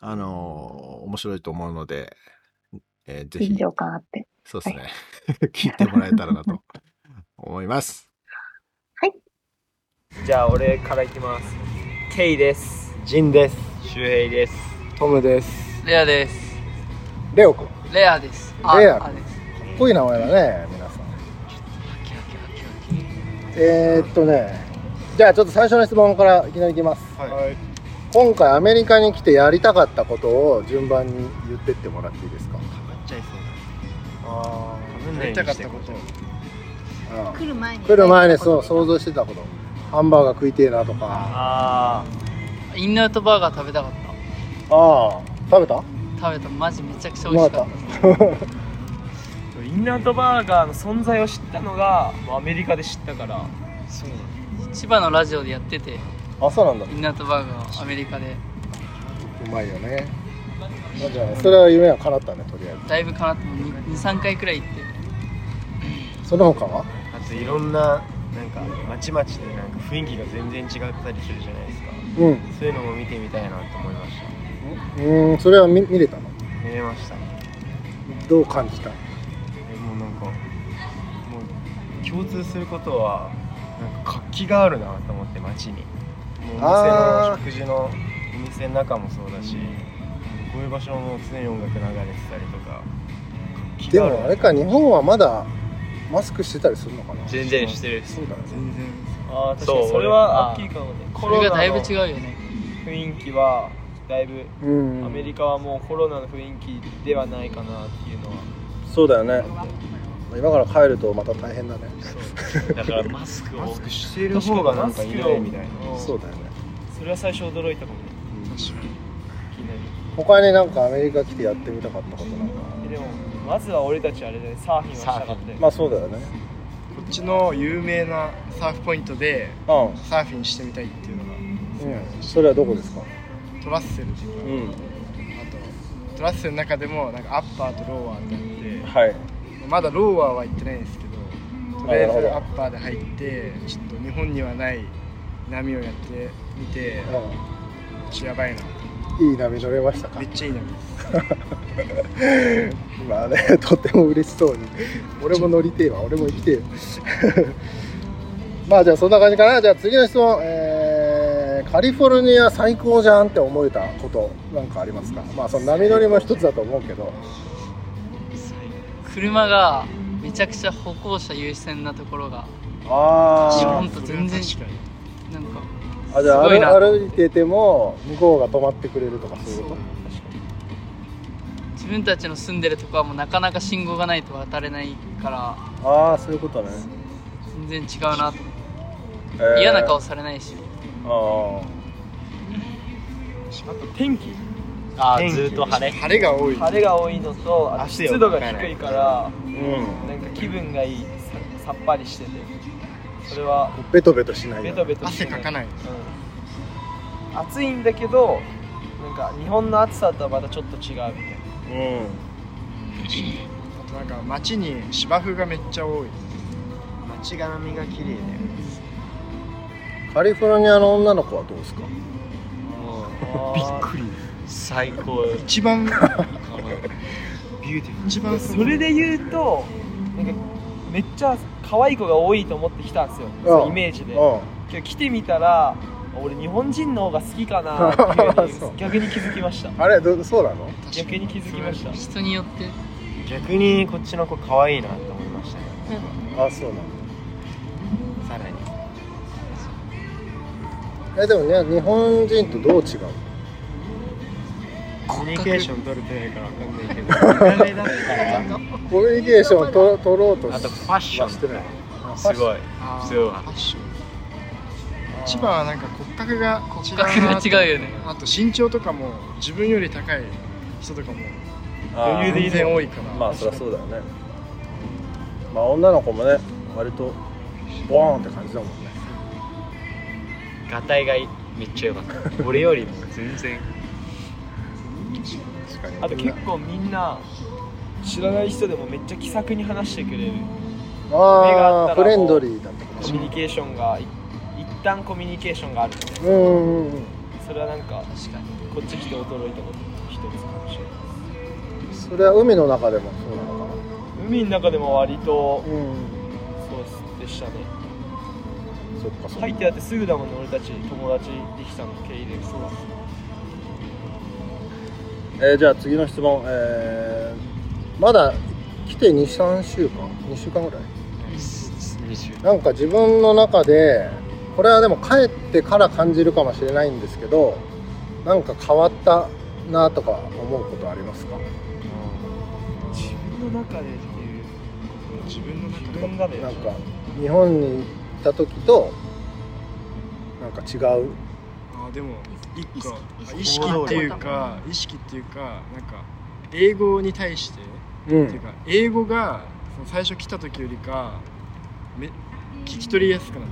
[SPEAKER 3] あのー面白いと思うので、えーぜひ
[SPEAKER 1] 臨、場感あって。
[SPEAKER 3] そうですね、 聞いてもらえたらなと思います。
[SPEAKER 4] じゃあ俺からいきますケイです
[SPEAKER 5] ジンです。
[SPEAKER 4] 周平です
[SPEAKER 5] トムです。
[SPEAKER 6] レアです。
[SPEAKER 5] レオくん。か
[SPEAKER 6] レアです。
[SPEAKER 5] レア
[SPEAKER 6] あです。
[SPEAKER 5] っこいい名前だね、皆さん。えー、っとね、じゃあちょっと最初の質問からいきなりいきます。
[SPEAKER 4] はい
[SPEAKER 5] 今回アメリカに来てやりたかったことを順番に言ってってもらっていいですか。
[SPEAKER 4] ちゃいそ
[SPEAKER 5] あ
[SPEAKER 4] うだやりたかったこと
[SPEAKER 5] あ。
[SPEAKER 7] 来る前に
[SPEAKER 5] 来る前にそう想像してたこと。ハンバーガー食いてえなとか。
[SPEAKER 4] あ
[SPEAKER 6] インナートバーガー食べたかっ
[SPEAKER 5] ああ。食べた？
[SPEAKER 6] た。食べた。マジめちゃくちゃ美味しかっ
[SPEAKER 5] う
[SPEAKER 6] た。
[SPEAKER 4] あインナートバーガーの存在を知ったのがもうアメリカで知ったからそう
[SPEAKER 6] 千葉のラジオでやってて、
[SPEAKER 5] あ、そうなんだ。
[SPEAKER 6] インナートバーガーアメリカで
[SPEAKER 5] うまいよね。まあじゃあそれは夢は叶ったねとりあえ
[SPEAKER 6] だいぶかなっても2、3回くらい行って。
[SPEAKER 5] ず。その他は？
[SPEAKER 4] あといろんななんかまちまちでなんか雰囲気が全然違ったりするじゃないですか
[SPEAKER 5] うん。
[SPEAKER 4] そういうのも見てみたいなと思いました
[SPEAKER 5] うーん、それは見見れたの。
[SPEAKER 4] 見れました
[SPEAKER 5] どう感じた？
[SPEAKER 4] えもうなんかもう共通することはなんか活気があるなと思って街にもうお
[SPEAKER 5] あー
[SPEAKER 4] 店の食事のお店の中もそうだしこういう場所も常に音楽流れてたりとか活気
[SPEAKER 5] で
[SPEAKER 4] がある
[SPEAKER 5] もあれか日本はまだマスクしてたりするのかな
[SPEAKER 8] 全然してる
[SPEAKER 5] そうだよね
[SPEAKER 6] 全然。
[SPEAKER 4] あー確か
[SPEAKER 8] そう
[SPEAKER 4] にそれは
[SPEAKER 8] あ
[SPEAKER 4] 大きいかもねコ
[SPEAKER 6] こ
[SPEAKER 4] ロ
[SPEAKER 6] れ
[SPEAKER 4] ナ
[SPEAKER 6] がだいぶ
[SPEAKER 4] の
[SPEAKER 6] 違うよね。
[SPEAKER 4] 雰囲気はだいぶ
[SPEAKER 5] うん
[SPEAKER 4] アメリカはもうコロナの雰囲気ではないかなっていうのは
[SPEAKER 5] そうだよね今から帰るとまた大変だね
[SPEAKER 8] だからマスクを
[SPEAKER 4] している方がなんかいないみたいな
[SPEAKER 5] そうだよね
[SPEAKER 4] それは最初驚いたかもねいきなり
[SPEAKER 5] 他になんかアメリカ来てやってみたかったことなんか
[SPEAKER 4] でもまずは俺たちあれでサーフィンをしたかったよ
[SPEAKER 5] まあそうだよね
[SPEAKER 4] こっちの有名なサーフポイントで
[SPEAKER 5] う
[SPEAKER 4] サーフィンしてみたいっていうのが
[SPEAKER 5] ん、それはどこですか
[SPEAKER 4] トラッセルとか、あ
[SPEAKER 5] ん
[SPEAKER 4] とトラッセルの中でもなんかアッパーとローワーってあっ
[SPEAKER 5] はい
[SPEAKER 4] てまだローワーは行ってないんですけどとりあえ
[SPEAKER 5] なる
[SPEAKER 4] ず
[SPEAKER 5] ほど
[SPEAKER 4] アッパーで入ってちょっと日本にはない波をやってみてちょっとやばいな
[SPEAKER 5] うんいい波乗れましたか
[SPEAKER 4] めっちゃいい波です
[SPEAKER 5] まあねとても嬉しそうに俺も乗りてえわ俺も行きてえわ まあじゃあそんな感じかなじゃあ次の質問、えーカリフォルニア最高じゃんって思えたことなんかありますかまあその波乗りも一つだと思うけど
[SPEAKER 6] 車がめちゃくちゃ歩行者優先なところが、日
[SPEAKER 5] あ
[SPEAKER 6] 本と全然なんか
[SPEAKER 5] あじゃ
[SPEAKER 6] すごいな
[SPEAKER 5] あ歩歩いてても向こうが止まってくれるとかそういうこ
[SPEAKER 6] 自分たちの住んでるとこはもうなかなか信号がないと渡れないから
[SPEAKER 5] とああそういうことね、
[SPEAKER 6] 全然違うなと思って
[SPEAKER 5] えー
[SPEAKER 6] 嫌な顔されないし。
[SPEAKER 5] あ
[SPEAKER 4] あと天気
[SPEAKER 8] あーずーっと晴れ
[SPEAKER 5] あ晴れが多い
[SPEAKER 4] 晴れが多いのとあと
[SPEAKER 8] 汗を
[SPEAKER 4] 湿度が低いから
[SPEAKER 5] うん
[SPEAKER 4] なんか気分がいいささっぱりしててそれは
[SPEAKER 5] ベトベトしない
[SPEAKER 4] ベトベトして
[SPEAKER 1] 汗かかない
[SPEAKER 4] うん、暑いんだけどなんか日本の暑さとはまたちょっと違うみたいな
[SPEAKER 5] うん
[SPEAKER 4] あとなんか街に芝生がめっちゃ多い街が並みが綺麗だよ
[SPEAKER 5] カリフォルニアの女の子はどうですか
[SPEAKER 4] びっくり
[SPEAKER 8] 最高
[SPEAKER 4] 一番
[SPEAKER 8] ビューティフ
[SPEAKER 4] 一番それで言うとなんかめっちゃ可愛い子が多いと思ってきたんですよそのイメージで
[SPEAKER 5] うん
[SPEAKER 4] 今日来てみたら俺日本人の方が好きかなっていう のに
[SPEAKER 5] そう
[SPEAKER 4] 逆に気づきました
[SPEAKER 5] あれどそうなの
[SPEAKER 4] 逆に気づきました
[SPEAKER 6] 人によって
[SPEAKER 8] 逆にこっちの子可愛いなって思いましたね
[SPEAKER 5] あそうなの
[SPEAKER 8] さらに
[SPEAKER 5] えでもね日本人とどう違う
[SPEAKER 4] コミュニケーション取れてないから
[SPEAKER 8] 見た目だったら
[SPEAKER 5] コミュニケーションをと取ろうとし
[SPEAKER 8] あとファッション
[SPEAKER 5] し
[SPEAKER 8] と
[SPEAKER 5] てない
[SPEAKER 8] かすごいすごい
[SPEAKER 4] 千葉はなんか骨格が
[SPEAKER 6] 格が違うよね
[SPEAKER 4] あと身長とかも自分より高い
[SPEAKER 8] 人とかも
[SPEAKER 9] あー
[SPEAKER 8] 余裕でいい全然多いから
[SPEAKER 9] まあそりゃそうだよね
[SPEAKER 5] まあ女の子もね割とボーンって感じだもんね
[SPEAKER 9] ガタイがめっちゃ良かった俺よりも全然
[SPEAKER 5] 確かに
[SPEAKER 4] あと結構みんな知らない人でもめっちゃ気さくに話してくれる目があ
[SPEAKER 5] あ
[SPEAKER 4] ったら
[SPEAKER 5] あフレンドリーだってこと
[SPEAKER 4] コミュニケーションがい一旦コミュニケーションがあるので
[SPEAKER 5] うんうんうん
[SPEAKER 4] それはなんか確かにこっち来て驚いたことの一つかもしれない
[SPEAKER 5] それは海の中でもそうなのか
[SPEAKER 4] 海の中でも割と
[SPEAKER 5] なうん
[SPEAKER 4] そうでしたね
[SPEAKER 5] そっかそっか
[SPEAKER 4] 入ってだってすぐだもんね俺たち友達できたの経緯でそう
[SPEAKER 5] えーじゃあ次の質問、えーまだ来て23週間2週間ぐらいなんか自分の中でこれはでも帰ってから感じるかもしれないんですけどなんか変わったなとか思うことありますか
[SPEAKER 4] 自分の中でっていう
[SPEAKER 8] 自分の中で
[SPEAKER 4] 自分がで
[SPEAKER 5] なんか日本に行った時となんか違う
[SPEAKER 8] あーでも一個意識っていうか意識っていうかなんか英語に対して、
[SPEAKER 5] うん
[SPEAKER 8] っていうか英語がその最初来た時よりかめ聞き取りやすくなっ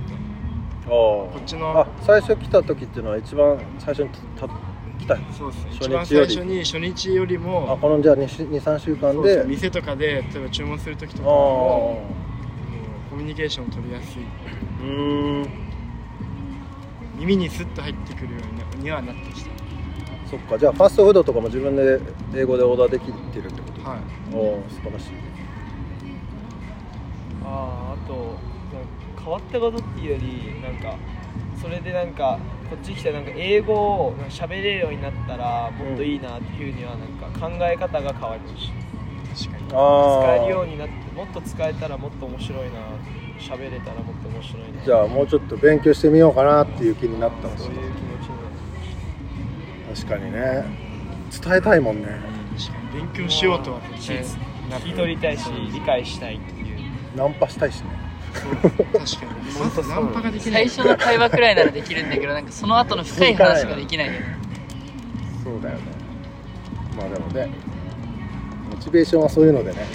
[SPEAKER 8] た
[SPEAKER 5] こ
[SPEAKER 8] っちの
[SPEAKER 5] 最初来た時っていうのは一番最初にた来た
[SPEAKER 8] そうですね
[SPEAKER 5] 初
[SPEAKER 8] 一番
[SPEAKER 5] 日
[SPEAKER 8] 最
[SPEAKER 5] よ
[SPEAKER 8] 初
[SPEAKER 5] り
[SPEAKER 8] に初日よりも
[SPEAKER 5] あこのじゃあ23週間
[SPEAKER 8] そうそ
[SPEAKER 5] で
[SPEAKER 8] う店とかで例えば注文する時とか
[SPEAKER 5] あー
[SPEAKER 8] ももうコミュニケーション取りやすい耳にスッと入ってくるようににはなってきた
[SPEAKER 5] そっかじゃあファストフードとかも自分で英語でオーダーできてるってこと
[SPEAKER 8] はい
[SPEAKER 5] おお素晴らしい
[SPEAKER 4] あああとなんか変わったことっていうよりなんかそれでなんかこっち来てなんか英語をなんか喋れるようになったらもっといいなっていうふうにはなんか考え方が変わりました
[SPEAKER 8] 確
[SPEAKER 5] あー
[SPEAKER 4] 使えるようになってもっと使えたらもっと面白いな喋れたらもっと面白いな
[SPEAKER 5] じゃあもうちょっと勉強してみようかなっていう気になったんです
[SPEAKER 4] そういう気持ちになって
[SPEAKER 5] 確かにね伝えたいもんね
[SPEAKER 8] 勉強しようとは
[SPEAKER 4] 聞き聞き取りたいし理解したいっていう
[SPEAKER 5] ナンパしたいしね
[SPEAKER 8] 確かに
[SPEAKER 4] 本当そう
[SPEAKER 6] 最初の会話くらいならできるん だけどなんかその後の深い話ができないよね
[SPEAKER 5] そうだよねまあでもねモチベーションはそういうのでね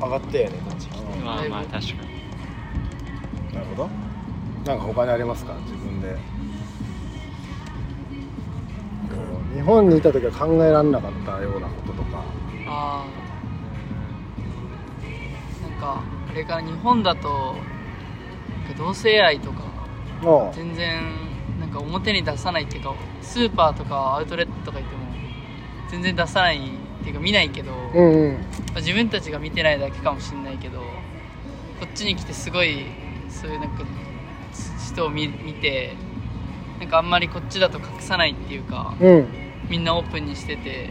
[SPEAKER 4] 上がったよねこっち来
[SPEAKER 5] て
[SPEAKER 6] まあまあ確かに
[SPEAKER 5] なるほどなんか他にありますか自分でこう日本にいた時は考えられなかったようなこととか
[SPEAKER 6] ああなんかあれから日本だとなんか同性愛とか
[SPEAKER 5] あ
[SPEAKER 6] 全然なんか表に出さないっていうかスーパーとかアウトレットとか行っても全然出さないっていうか見ないけど、
[SPEAKER 5] うん
[SPEAKER 6] やっ
[SPEAKER 5] うん
[SPEAKER 6] ぱ自分たちが見てないだけかもしれないけどこっちに来てすごいそういうなんかつ人を見見てなんかあんまりこっちだと隠さないっていうか、
[SPEAKER 5] うん
[SPEAKER 6] みんなオープンにしててで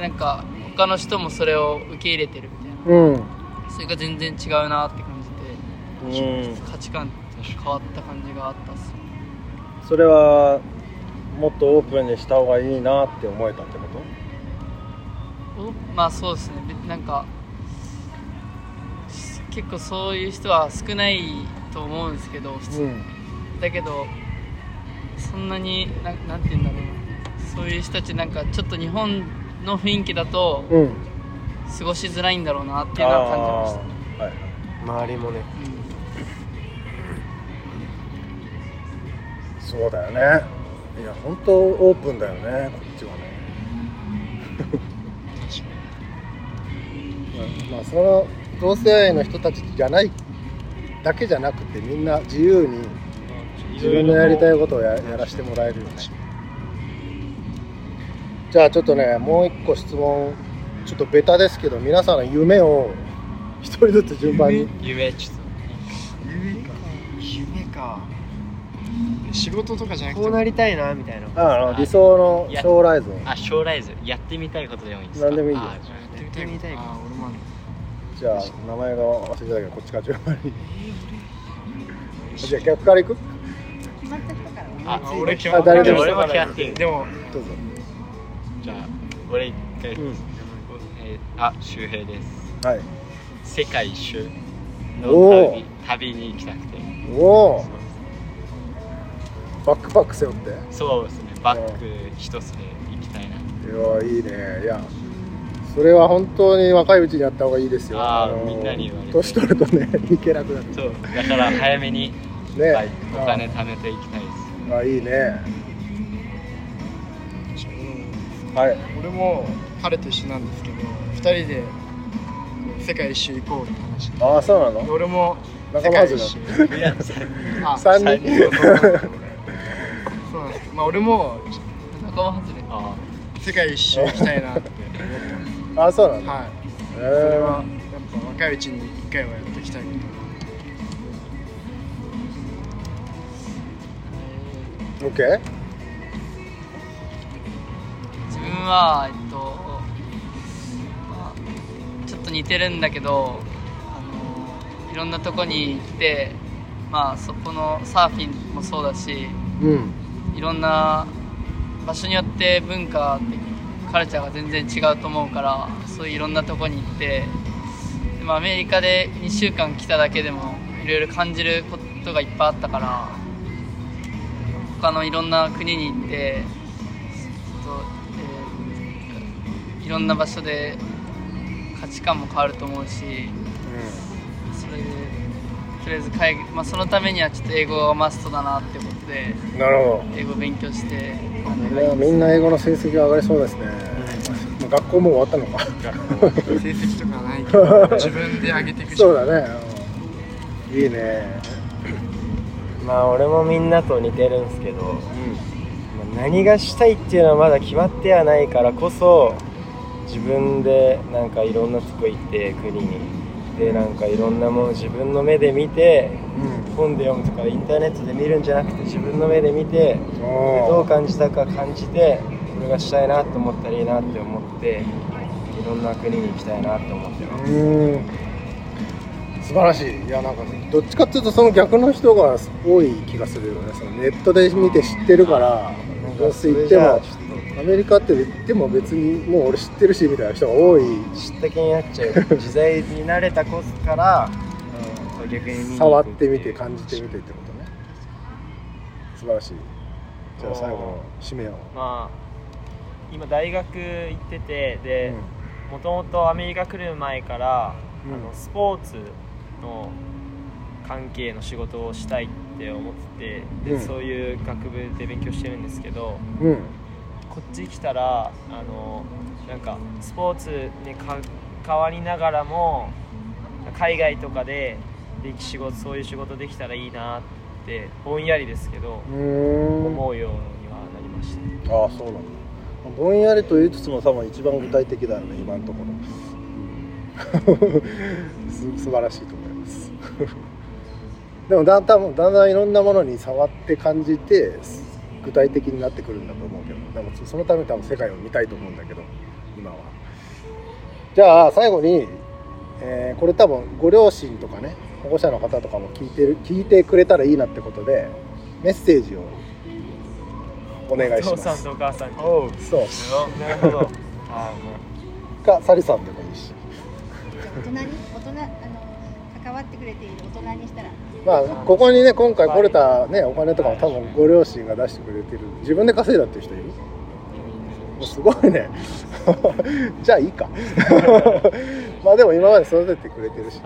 [SPEAKER 6] なんか他の人もそれを受け入れてるみたいな
[SPEAKER 5] うん
[SPEAKER 6] それが全然違うなって感じて、
[SPEAKER 5] うん
[SPEAKER 6] 価値観変わった感じがあったっすね
[SPEAKER 5] それはもっとオープンにした方がいいなって思えたってこと
[SPEAKER 6] おまあそうですねべなんかし結構そういう人は少ないと思うんですけど普通、
[SPEAKER 5] うん
[SPEAKER 6] だけどそんなにななんて言うんだろうなそういう人たちなんかちょっと日本の雰囲気だと
[SPEAKER 5] うん
[SPEAKER 6] 過ごしづらいんだろうなっていうのは感じました
[SPEAKER 5] はい
[SPEAKER 4] 周りもね
[SPEAKER 5] そうだよねいや本当オープンだよねこっちはね まあまあその同性愛の人たちじゃないだけじゃなくてみんな自由に自分のやりたいことをややらせてもらえるよねじゃあちょっとねもう一個質問ちょっとベタですけど皆さんの夢を一人ずつ順番に
[SPEAKER 9] 夢ちょっと
[SPEAKER 8] 夢か夢か仕事とかじゃなくて
[SPEAKER 4] こうなりたいなみたいな
[SPEAKER 5] ああの理想の
[SPEAKER 9] や
[SPEAKER 5] 将来像
[SPEAKER 9] あ将来図やってみたいことでもいいですか
[SPEAKER 5] 何でもいいよ
[SPEAKER 9] あじゃ
[SPEAKER 8] やってみたいことあー俺もある
[SPEAKER 5] じゃあ名前が忘れてたけどこっちから順番にじゃあ逆からいく
[SPEAKER 9] あ
[SPEAKER 8] あ俺決
[SPEAKER 5] あ
[SPEAKER 8] まった
[SPEAKER 5] 誰でも
[SPEAKER 9] 俺も決まってる
[SPEAKER 8] でも
[SPEAKER 5] どうぞ
[SPEAKER 9] あじゃあ俺一回、えーあ周平です
[SPEAKER 5] はい
[SPEAKER 9] 世界一周
[SPEAKER 5] お
[SPEAKER 9] の
[SPEAKER 5] ー
[SPEAKER 9] 旅旅に行きたくて
[SPEAKER 5] おおバックパック背負って
[SPEAKER 9] そうですねバッグ一つで行きたいなって
[SPEAKER 5] やいいねいやそれは本当に若いうちにやった方がいいですよ
[SPEAKER 9] あー
[SPEAKER 5] の
[SPEAKER 9] みんなに言われて
[SPEAKER 5] 年取るとね 行けなくなる
[SPEAKER 9] そうだから早めに
[SPEAKER 5] ね
[SPEAKER 9] はいお金貯めていきたいです
[SPEAKER 5] あいいねはい
[SPEAKER 7] 俺も彼と一緒なんですけど2人で世界一周行こうって話
[SPEAKER 5] ああそうなの
[SPEAKER 7] 俺も
[SPEAKER 5] 仲間外れ
[SPEAKER 7] 世
[SPEAKER 5] な
[SPEAKER 7] 界
[SPEAKER 5] の
[SPEAKER 7] 一周あ
[SPEAKER 5] 三人
[SPEAKER 7] そうなんですまあ俺も
[SPEAKER 6] 仲間外れ
[SPEAKER 9] あ
[SPEAKER 7] 世界一周行きたいなって
[SPEAKER 5] あそうなの
[SPEAKER 7] はいそ
[SPEAKER 5] え
[SPEAKER 7] れ
[SPEAKER 5] ー
[SPEAKER 7] はやっぱ若いうちに一回はやっておきたいこと
[SPEAKER 5] オッケー
[SPEAKER 6] 自分はえっと、まあ、ちょっと似てるんだけどあのいろんなとこに来てまあそこのサーフィンもそうだし
[SPEAKER 5] うん
[SPEAKER 6] いろんな場所によって文化ってカルチャーが全然違うと思うからそういういろんなとこに行ってでもアメリカで2週間来ただけでもいろいろ感じることがいっぱいあったから他のいろんな国に行ってちょっと、えーいろんな場所で価値観も変わると思うしそれでとりあえず海外、まあ、そのためにはちょっと英語がマストだなってことで。
[SPEAKER 5] なるほ
[SPEAKER 6] 英語勉強して
[SPEAKER 5] どいやみんな英語の成績が上がりそうですね、まあ、学校もう終わったのか
[SPEAKER 7] 成績とかはないけど自分で上げていくしか
[SPEAKER 5] そうだねうんいいね
[SPEAKER 4] まあ俺もみんなと似てるんですけど、まあ何がしたいっていうのはまだ決まってはないからこそ自分でなんかいろんなとこ行って国にでなんかいろんなもの自分の目で見て、本で読むとかインターネットで見るんじゃなくて自分の目で見てでどう感じたか 感じてこれがしたいなと思ったらいいなって思っていろんな国に行きたいなって思ってます。
[SPEAKER 5] うん素晴らしいいやなんかねどっちかっていうとその逆の人が多い気がするよねそのネットで見て知ってるからどうせ行ってもアメリカって言っても別にもう俺知ってるしみたいな人が多い
[SPEAKER 4] 知った気になっちゃう自在に慣れたコースから、うん、逆に見に
[SPEAKER 5] 触
[SPEAKER 4] 行
[SPEAKER 5] っ
[SPEAKER 4] く
[SPEAKER 5] てみて感じてみてってことね素晴らしいじゃあ最後の締めを
[SPEAKER 4] まあ今大学行っててでもともとアメリカ来る前から、あのスポーツの関係の仕事をしたいって思っててで、
[SPEAKER 5] うん
[SPEAKER 4] そういう学部で勉強してるんですけど
[SPEAKER 5] うん
[SPEAKER 4] こっち来たらあのなんかスポーツにか関わりながらも海外とかでで仕事そういう仕事できたらいいなってぼんやりですけど
[SPEAKER 5] うん
[SPEAKER 4] 思うようにはなりました
[SPEAKER 5] ああそうなんだぼんやりと言いつつも多分一番具体的だよね今のところ す素晴らしいと思います でもだんだんだんだんいろんなものに触って感じて具体的になってくるんだと思うけどでもそそのために多分世界を見たいと思うんだけど今はじゃあ最後に、えーこれ多分ご両親とかね保護者の方とかも聞いてる聞いてくれたらいいなってことでメッセージをお願いし
[SPEAKER 4] お父
[SPEAKER 5] ま
[SPEAKER 4] さ
[SPEAKER 5] す
[SPEAKER 4] んとお母さんに
[SPEAKER 5] そう
[SPEAKER 4] なるほ どあ
[SPEAKER 5] かサリさんでもいいし
[SPEAKER 10] 大人に大人あの関わってくれている大人にしたら
[SPEAKER 5] まあここにね今回来れたねお金とかも多分ご両親が出してくれてる自分で稼いだっていう人いるもうすごいね じゃあいいか まあでも今まで育ててくれてるし、ね、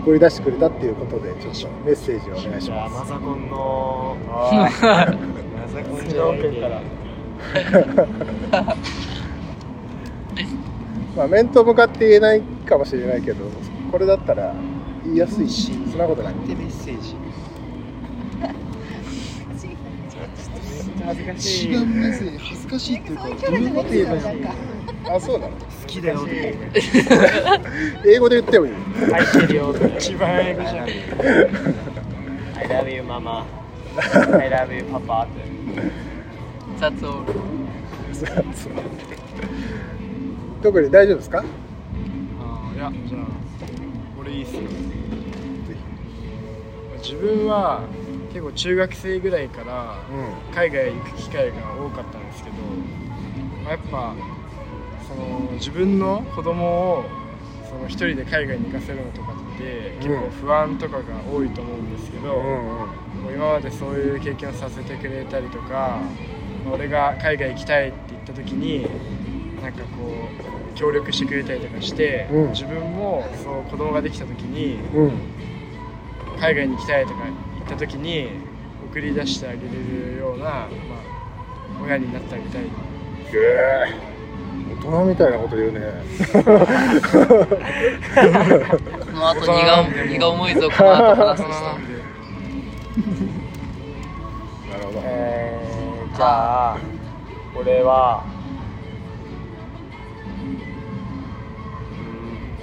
[SPEAKER 5] 送り出してくれたっていうことでちょっとメッセージをお願いし
[SPEAKER 4] じゃあ
[SPEAKER 5] ま
[SPEAKER 4] マザコンの
[SPEAKER 5] あー
[SPEAKER 4] マザコンじゃないけど
[SPEAKER 5] すまあ面と向かって言えないかもしれないけどこれだったら言いやすいしそんなことないメッセージ
[SPEAKER 4] 恥ずかしい
[SPEAKER 7] 違うメッセージ恥ずかしいっていうかどういうこと言えばいいの
[SPEAKER 5] あそうなの好
[SPEAKER 4] きだよって
[SPEAKER 5] 英語で言ってもいい
[SPEAKER 4] 愛してるよって一番英語じゃん I love you ママ I love you パパって
[SPEAKER 6] That's all
[SPEAKER 5] 特に大丈夫ですか
[SPEAKER 7] あいやじゃあ俺いいっすよ
[SPEAKER 5] ぜ
[SPEAKER 7] 自分は結構中学生ぐらいから
[SPEAKER 5] う
[SPEAKER 7] 海外行く機会が多かったんですけど、まあやっぱその自分の子供をその一人で海外に行かせるのとかって結構不安とかが多いと思うんですけど、もう今までそういう経験をさせてくれたりとか俺が海外行きたいって言った時になんかこう協力してくれたりとかして、
[SPEAKER 5] うん
[SPEAKER 7] 自分もそう子供ができた時に
[SPEAKER 5] うん
[SPEAKER 7] 海外に行きたいとか行った時に送り出してあげれるような、まあ、親になってあげたい
[SPEAKER 5] え大人みたいなこと言うね
[SPEAKER 6] この後荷が荷が重いぞこの後話す人
[SPEAKER 5] なるほど
[SPEAKER 4] えー、じゃあ俺は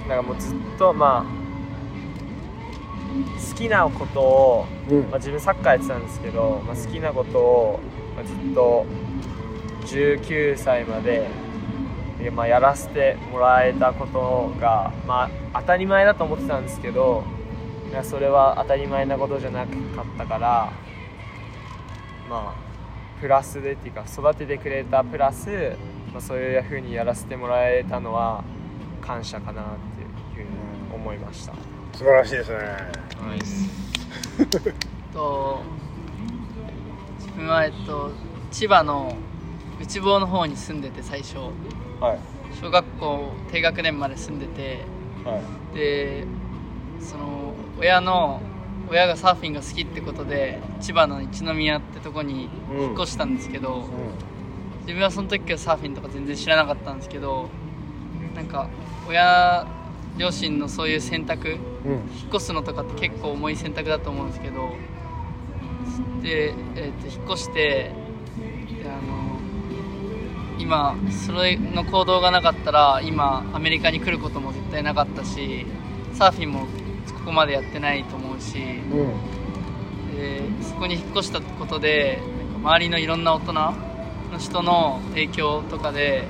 [SPEAKER 4] うんなんかもうずっとまあ好きなことを、
[SPEAKER 5] うん
[SPEAKER 4] まあ、自分サッカーやってたんですけど、まあ、好きなことを、まあ、ずっと19歳まで、えまあ、やらせてもらえたことが、まあ、当たり前だと思ってたんですけどいやそれは当たり前なことじゃなかったからまあプラスでっていうか育ててくれたプラス、まあ、そういうふうにやらせてもらえたのは感謝かなっていうふうに思いました
[SPEAKER 5] 素晴らしいですね
[SPEAKER 4] ナイス
[SPEAKER 6] と自分は、えっと、千葉の内房の方に住んでて最初、小学校低学年まで住んでて、でその親の親がサーフィンが好きってことで千葉の一宮ってとこに引っ越したんですけど、自分はその時からサーフィンとか全然知らなかったんですけどなんか親両親のそういう選択、
[SPEAKER 5] うん
[SPEAKER 6] 引っ越すのとかって結構重い選択だと思うんですけどで、えー、と引っ越してであの今それの行動がなかったら今アメリカに来ることも絶対なかったしサーフィンもここまでやってないと思うし、でそこに引っ越したことでなんか周りのいろんな大人の人の影響とかで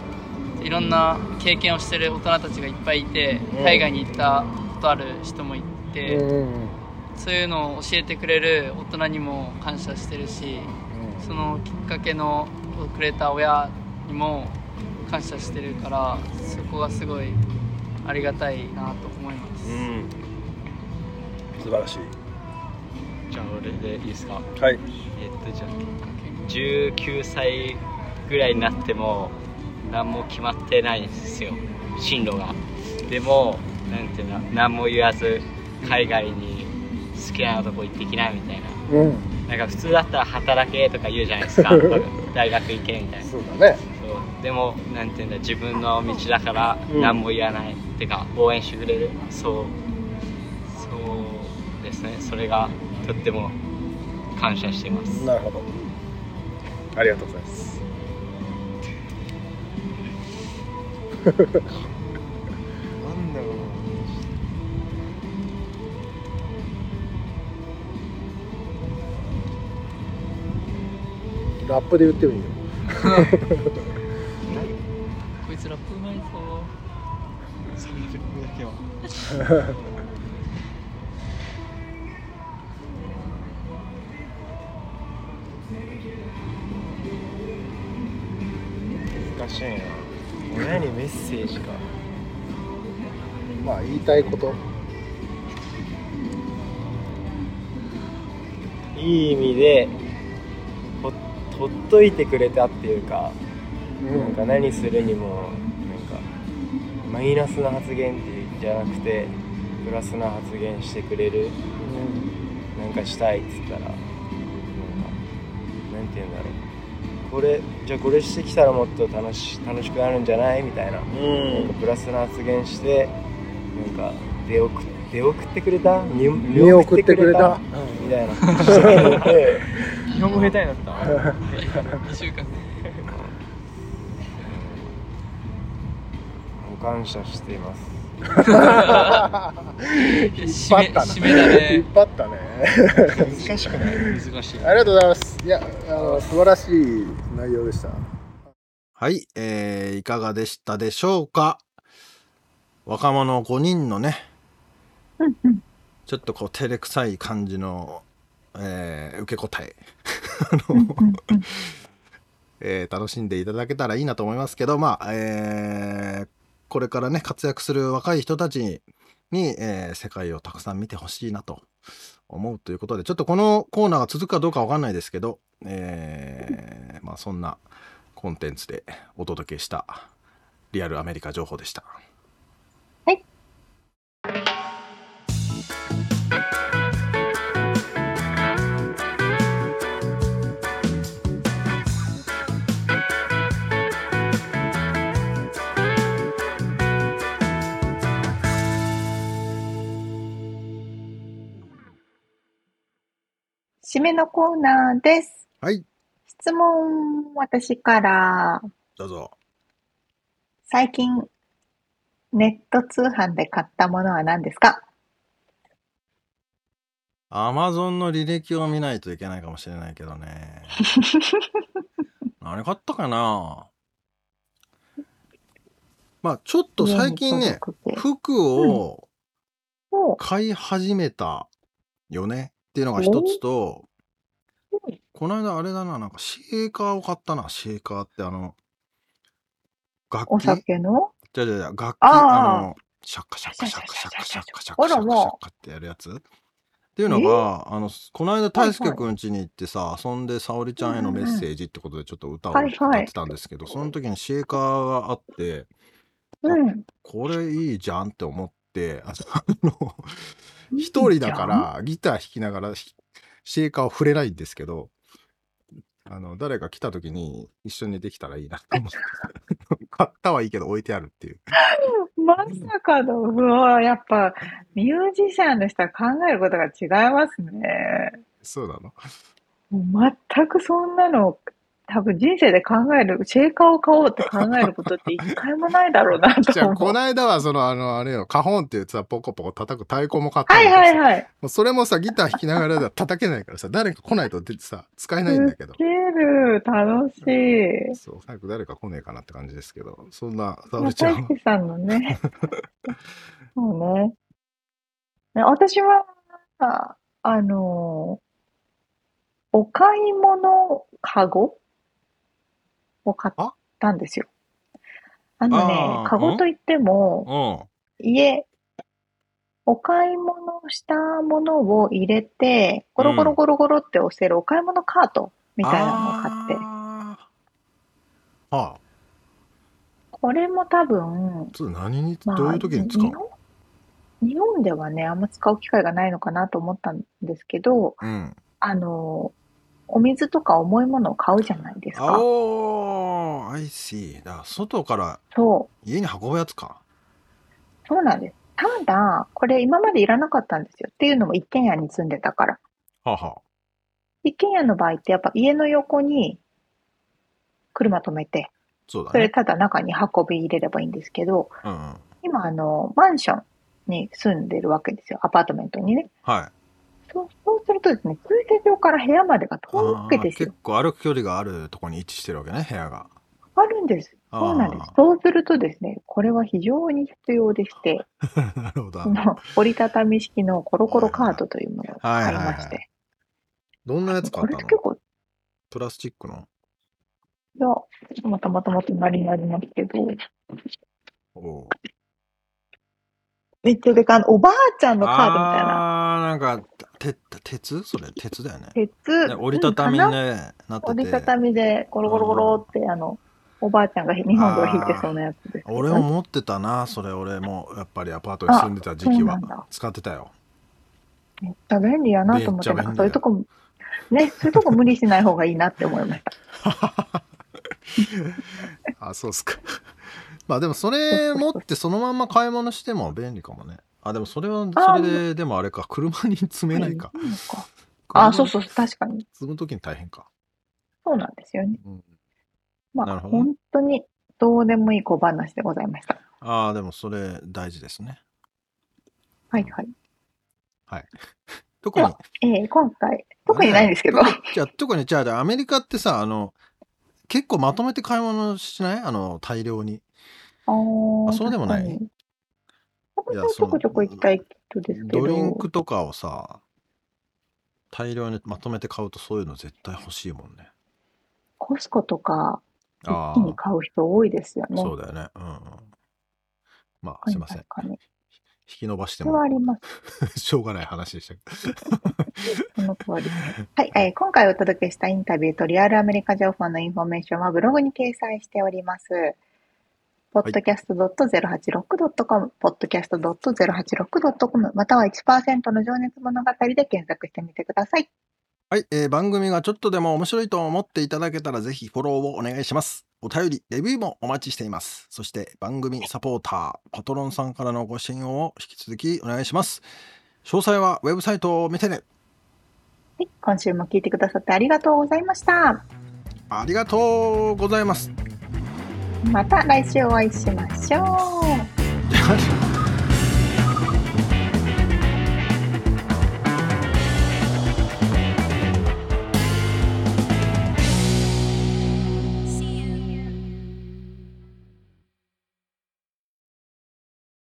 [SPEAKER 6] いろんな経験をしてる大人たちがいっぱいいて
[SPEAKER 5] うん
[SPEAKER 6] 海外に行ったことある人もいて、
[SPEAKER 5] うん
[SPEAKER 6] そういうのを教えてくれる大人にも感謝してるし、そのきっかけのをくれた親にも感謝してるからそこがすごいありがたいなと思います。
[SPEAKER 5] うん素晴らしい
[SPEAKER 9] じゃあ俺でいいですか
[SPEAKER 5] はい
[SPEAKER 9] えっとじゃあ19歳ぐらいになっても何も決まってないんですよ進路がでもなんていうの何も言わず海外に好きなとこ行ってきなみたいな
[SPEAKER 5] うん
[SPEAKER 9] なんか普通だったら働けとか言うじゃないですか大学行けみたいなそう
[SPEAKER 5] だね
[SPEAKER 9] でもなんていうんだ自分の道だから
[SPEAKER 5] うん
[SPEAKER 9] 何も言わない、ってか応援してくれるそうそうですねそれがとっても感謝しています
[SPEAKER 5] なるほどありがとうございます
[SPEAKER 8] なんだろう
[SPEAKER 5] ラップで言ってもいいよ
[SPEAKER 6] こいつラップうまいぞ
[SPEAKER 8] それだけは
[SPEAKER 4] 難しいな親にメッセージか
[SPEAKER 5] まあ言いたいこと
[SPEAKER 4] いい意味でほほっといてくれたっていうか、
[SPEAKER 5] うん
[SPEAKER 4] なんか何するにもなんかマイナスな発言っていうじゃなくてプラスな発言してくれる、なんかしたいっつったらなんかなんて言うんだろうこれじゃあこれしてきたらもっと楽し楽しくなるんじゃないみたいな,、
[SPEAKER 5] ん
[SPEAKER 4] なんかプラスな発言してなんか出遅出送ってくれた見
[SPEAKER 5] 見送ってくれた
[SPEAKER 4] み たいな
[SPEAKER 8] 日本語下手になった
[SPEAKER 6] 2週 間
[SPEAKER 4] もう感謝しています
[SPEAKER 5] 引っ張ったな
[SPEAKER 4] 締めだね
[SPEAKER 5] 引っ張ったね
[SPEAKER 4] 難しくない
[SPEAKER 9] 難しい
[SPEAKER 5] ありがとうございますいやあの素晴らしい内容でした
[SPEAKER 3] はい、えー、いかがでしたでしょうか若者5人のね、ちょっとこう照れくさい感じの、えー受け答えあの、えー楽しんでいただけたらいいなと思いますけどまあ、えーこれからね活躍する若い人たちに、えー世界をたくさん見てほしいなと思うということで、ちょっとこのコーナーが続くかどうかわかんないですけど、えーまあそんなコンテンツでお届けしたリアルアメリカ情報でした。
[SPEAKER 1] 締めのコーナーです。
[SPEAKER 3] はい。
[SPEAKER 1] 質問、私から、
[SPEAKER 3] どうぞ。
[SPEAKER 1] 最近、ネット通販で買ったものは何ですか
[SPEAKER 3] アマゾンの履歴を見ないといけないかもしれないけど ね。何買ったかなまあちょっと最近ね、服を買い始めたよねっていうのが一つと、この間あれだな、なんかシェーカーを買ったな、シェーカーってあの、楽器。
[SPEAKER 1] お酒の
[SPEAKER 3] じゃじゃじゃ、楽器、
[SPEAKER 1] あー
[SPEAKER 3] あの、シャッカシャッカシャッカシャッカシャッカシャッカシャッカ
[SPEAKER 1] あらも
[SPEAKER 3] ってやるやつっていうのが、あの、この間、大輔くん家に行ってさ、遊んで、沙織ちゃんへのメッセージってことで、ちょっと歌を
[SPEAKER 1] はい
[SPEAKER 3] 歌
[SPEAKER 1] はい
[SPEAKER 3] ってたんですけど、その時にシェーカーがあって、
[SPEAKER 1] う。うん。
[SPEAKER 3] これいいじゃんって思って、あの、一人だから、ギター弾きながら、ひシェーカーを触れないんですけど、あの、誰か来た時に一緒にできたらいいなと思って、買ったはいいけど置いてあるっていう。
[SPEAKER 1] まさかの、うわやっぱ、ミュージシャンの人は考えることが違いますね。
[SPEAKER 3] そうなの
[SPEAKER 1] もう全くそんなの、多分人生で考える、シェーカーを買おうって考えることって一回もないだろうな と
[SPEAKER 3] じゃあ、
[SPEAKER 1] 思
[SPEAKER 3] こ
[SPEAKER 1] う。
[SPEAKER 3] の間は、その、あの、あれよ、カホンっていうさ、ポコポコ叩く太鼓も買ったん
[SPEAKER 1] は
[SPEAKER 3] だ
[SPEAKER 1] い
[SPEAKER 3] けどさ
[SPEAKER 1] はいはい。
[SPEAKER 3] もうそれもさ、ギター弾きながらだ叩けないからさ、誰か来ないと出てさ、使えないんだけど
[SPEAKER 1] ウ。ケる、楽しい。
[SPEAKER 3] そう、早く誰か来ねえかなって感じですけど、そんな、沙
[SPEAKER 1] まあ
[SPEAKER 3] 織ちゃ
[SPEAKER 1] 大
[SPEAKER 3] ん。
[SPEAKER 1] 輔さん のね。そうね。ね私は、ああのお買い物かごを買ったんですよ。あの
[SPEAKER 11] あ
[SPEAKER 1] ね、
[SPEAKER 11] ー
[SPEAKER 1] かごといっても、
[SPEAKER 3] は
[SPEAKER 1] 家、お買い物したものを入れて、ゴロゴロゴロゴロって押せるお買い物カートみたいなのを買って、
[SPEAKER 3] あ、
[SPEAKER 1] これも多分、
[SPEAKER 3] それ何に、
[SPEAKER 1] まあ
[SPEAKER 3] どういう時に使う
[SPEAKER 1] 日本日本ではね、あんま使う機会がないのかなと思ったんですけど、
[SPEAKER 3] うん。
[SPEAKER 1] あの、お水とか重いものを買うじゃないですか。
[SPEAKER 3] おー、I see。だから外から
[SPEAKER 1] そ
[SPEAKER 3] 家に運ぶやつか。
[SPEAKER 1] う、そうなんです。ただ、これ今までいらなかったんですよ。っていうのも一軒家に住んでたから。
[SPEAKER 3] はあは
[SPEAKER 1] 一軒家の場合ってやっぱ家の横に車止めて、
[SPEAKER 3] そうだ
[SPEAKER 1] それ
[SPEAKER 3] ね。
[SPEAKER 1] ただ中に運び入れればいいんですけど、
[SPEAKER 3] うんうん。
[SPEAKER 1] 今あの、マンションに住んでるわけですよ。アパートメントにね。
[SPEAKER 3] はい。
[SPEAKER 1] そう、そうするとですね、駐車場から部屋までが遠
[SPEAKER 3] あ
[SPEAKER 1] く
[SPEAKER 3] ー
[SPEAKER 1] ですよ
[SPEAKER 3] 結構歩く距離があるところに位置してるわけね、部屋が。
[SPEAKER 1] あるんです。
[SPEAKER 3] あー
[SPEAKER 1] そうなんです。そうするとですね、これは非常に必要でして、
[SPEAKER 3] なるほど。
[SPEAKER 1] その折りたたみ式のコロコロカートというものを
[SPEAKER 3] はいはい
[SPEAKER 1] 買い
[SPEAKER 3] はい
[SPEAKER 1] まして、
[SPEAKER 3] どんなやつ買ったの
[SPEAKER 1] 結構、
[SPEAKER 3] プラスチックの
[SPEAKER 1] いや、またまたまた隣にありますけど、
[SPEAKER 3] おう
[SPEAKER 1] めっちゃでかい、あのおばあちゃんのカードみたいな。
[SPEAKER 3] あーなんか、て、鉄それ、鉄だよね。
[SPEAKER 1] 鉄、
[SPEAKER 3] ね折りたたみ
[SPEAKER 1] うん
[SPEAKER 3] に
[SPEAKER 1] かな
[SPEAKER 3] ね、なって
[SPEAKER 1] 折り
[SPEAKER 3] て
[SPEAKER 1] た。たみで、ゴロゴロゴロって、あの、おばあちゃんが日本では引いてそうなやつですけどね。
[SPEAKER 3] 俺も持ってたな、それ俺も、やっぱりアパートに住んでた時期
[SPEAKER 1] あ
[SPEAKER 3] は
[SPEAKER 1] そうなんだ。
[SPEAKER 3] 使ってたよ。
[SPEAKER 1] めっちゃ便利やなと思って、
[SPEAKER 3] めっちゃ便利だよ
[SPEAKER 1] なんかそういうとこ、ね、そういうとこ無理しない方がいいなって思いました。
[SPEAKER 3] あ、そうっすか。 まあでもそれ持ってそのまんま買い物しても便利かもね。あ、でもそれは、それで、でもあれか、車に積めないか。
[SPEAKER 1] あ、そうそう、確かに。
[SPEAKER 3] 積むときに大変か。
[SPEAKER 1] そうなんですよね。ま
[SPEAKER 3] なる
[SPEAKER 1] あ、
[SPEAKER 3] ほどね
[SPEAKER 1] 本当にどうでもいい小話でございました。
[SPEAKER 3] ああ、でもそれ大事ですね。
[SPEAKER 1] はいはい。
[SPEAKER 3] はい。特に、
[SPEAKER 1] えー今回、特にないんですけど、
[SPEAKER 3] じゃあ特に、じゃあアメリカってさ、あの、結構まとめて買い物しないあの、大量に。
[SPEAKER 1] あ
[SPEAKER 3] あ、そうでもない
[SPEAKER 1] 確
[SPEAKER 3] いや、
[SPEAKER 1] ち
[SPEAKER 3] そ
[SPEAKER 1] ょこ
[SPEAKER 3] の
[SPEAKER 1] ちょこ行きたい人ですけ
[SPEAKER 3] ドリン
[SPEAKER 1] ど、
[SPEAKER 3] クとかをさ、大量にまとめて買うとそういうの絶対欲しいもんね。
[SPEAKER 1] コスコとか、
[SPEAKER 3] あ
[SPEAKER 1] 一気に買う人多いですよ
[SPEAKER 3] あ、
[SPEAKER 1] ね。
[SPEAKER 3] そうだよね。うんうん。まあ、すいません。引き伸ばして
[SPEAKER 1] それは
[SPEAKER 3] も
[SPEAKER 1] あります。
[SPEAKER 3] しょうがない話でしたけど。
[SPEAKER 1] その通り。はい、えー今回お届けしたインタビューとリアルアメリカ情報のインフォメーションはブログに掲載しております。podcast.086.com、podcast.086.com、または1%の情熱物語で検索してみてください。
[SPEAKER 3] はい、えー番組がちょっとでも面白いと思っていただけたらぜひフォローをお願いします。お便り、レビューもお待ちしています。そして番組サポーター、パトロンさんからのご支援を引き続きお願いします。詳細はウェブサイトを見てね。
[SPEAKER 1] はい、今週も聞いてくださってありがとうございました。
[SPEAKER 3] ありがとうございます。
[SPEAKER 1] また来週お会いしましょう。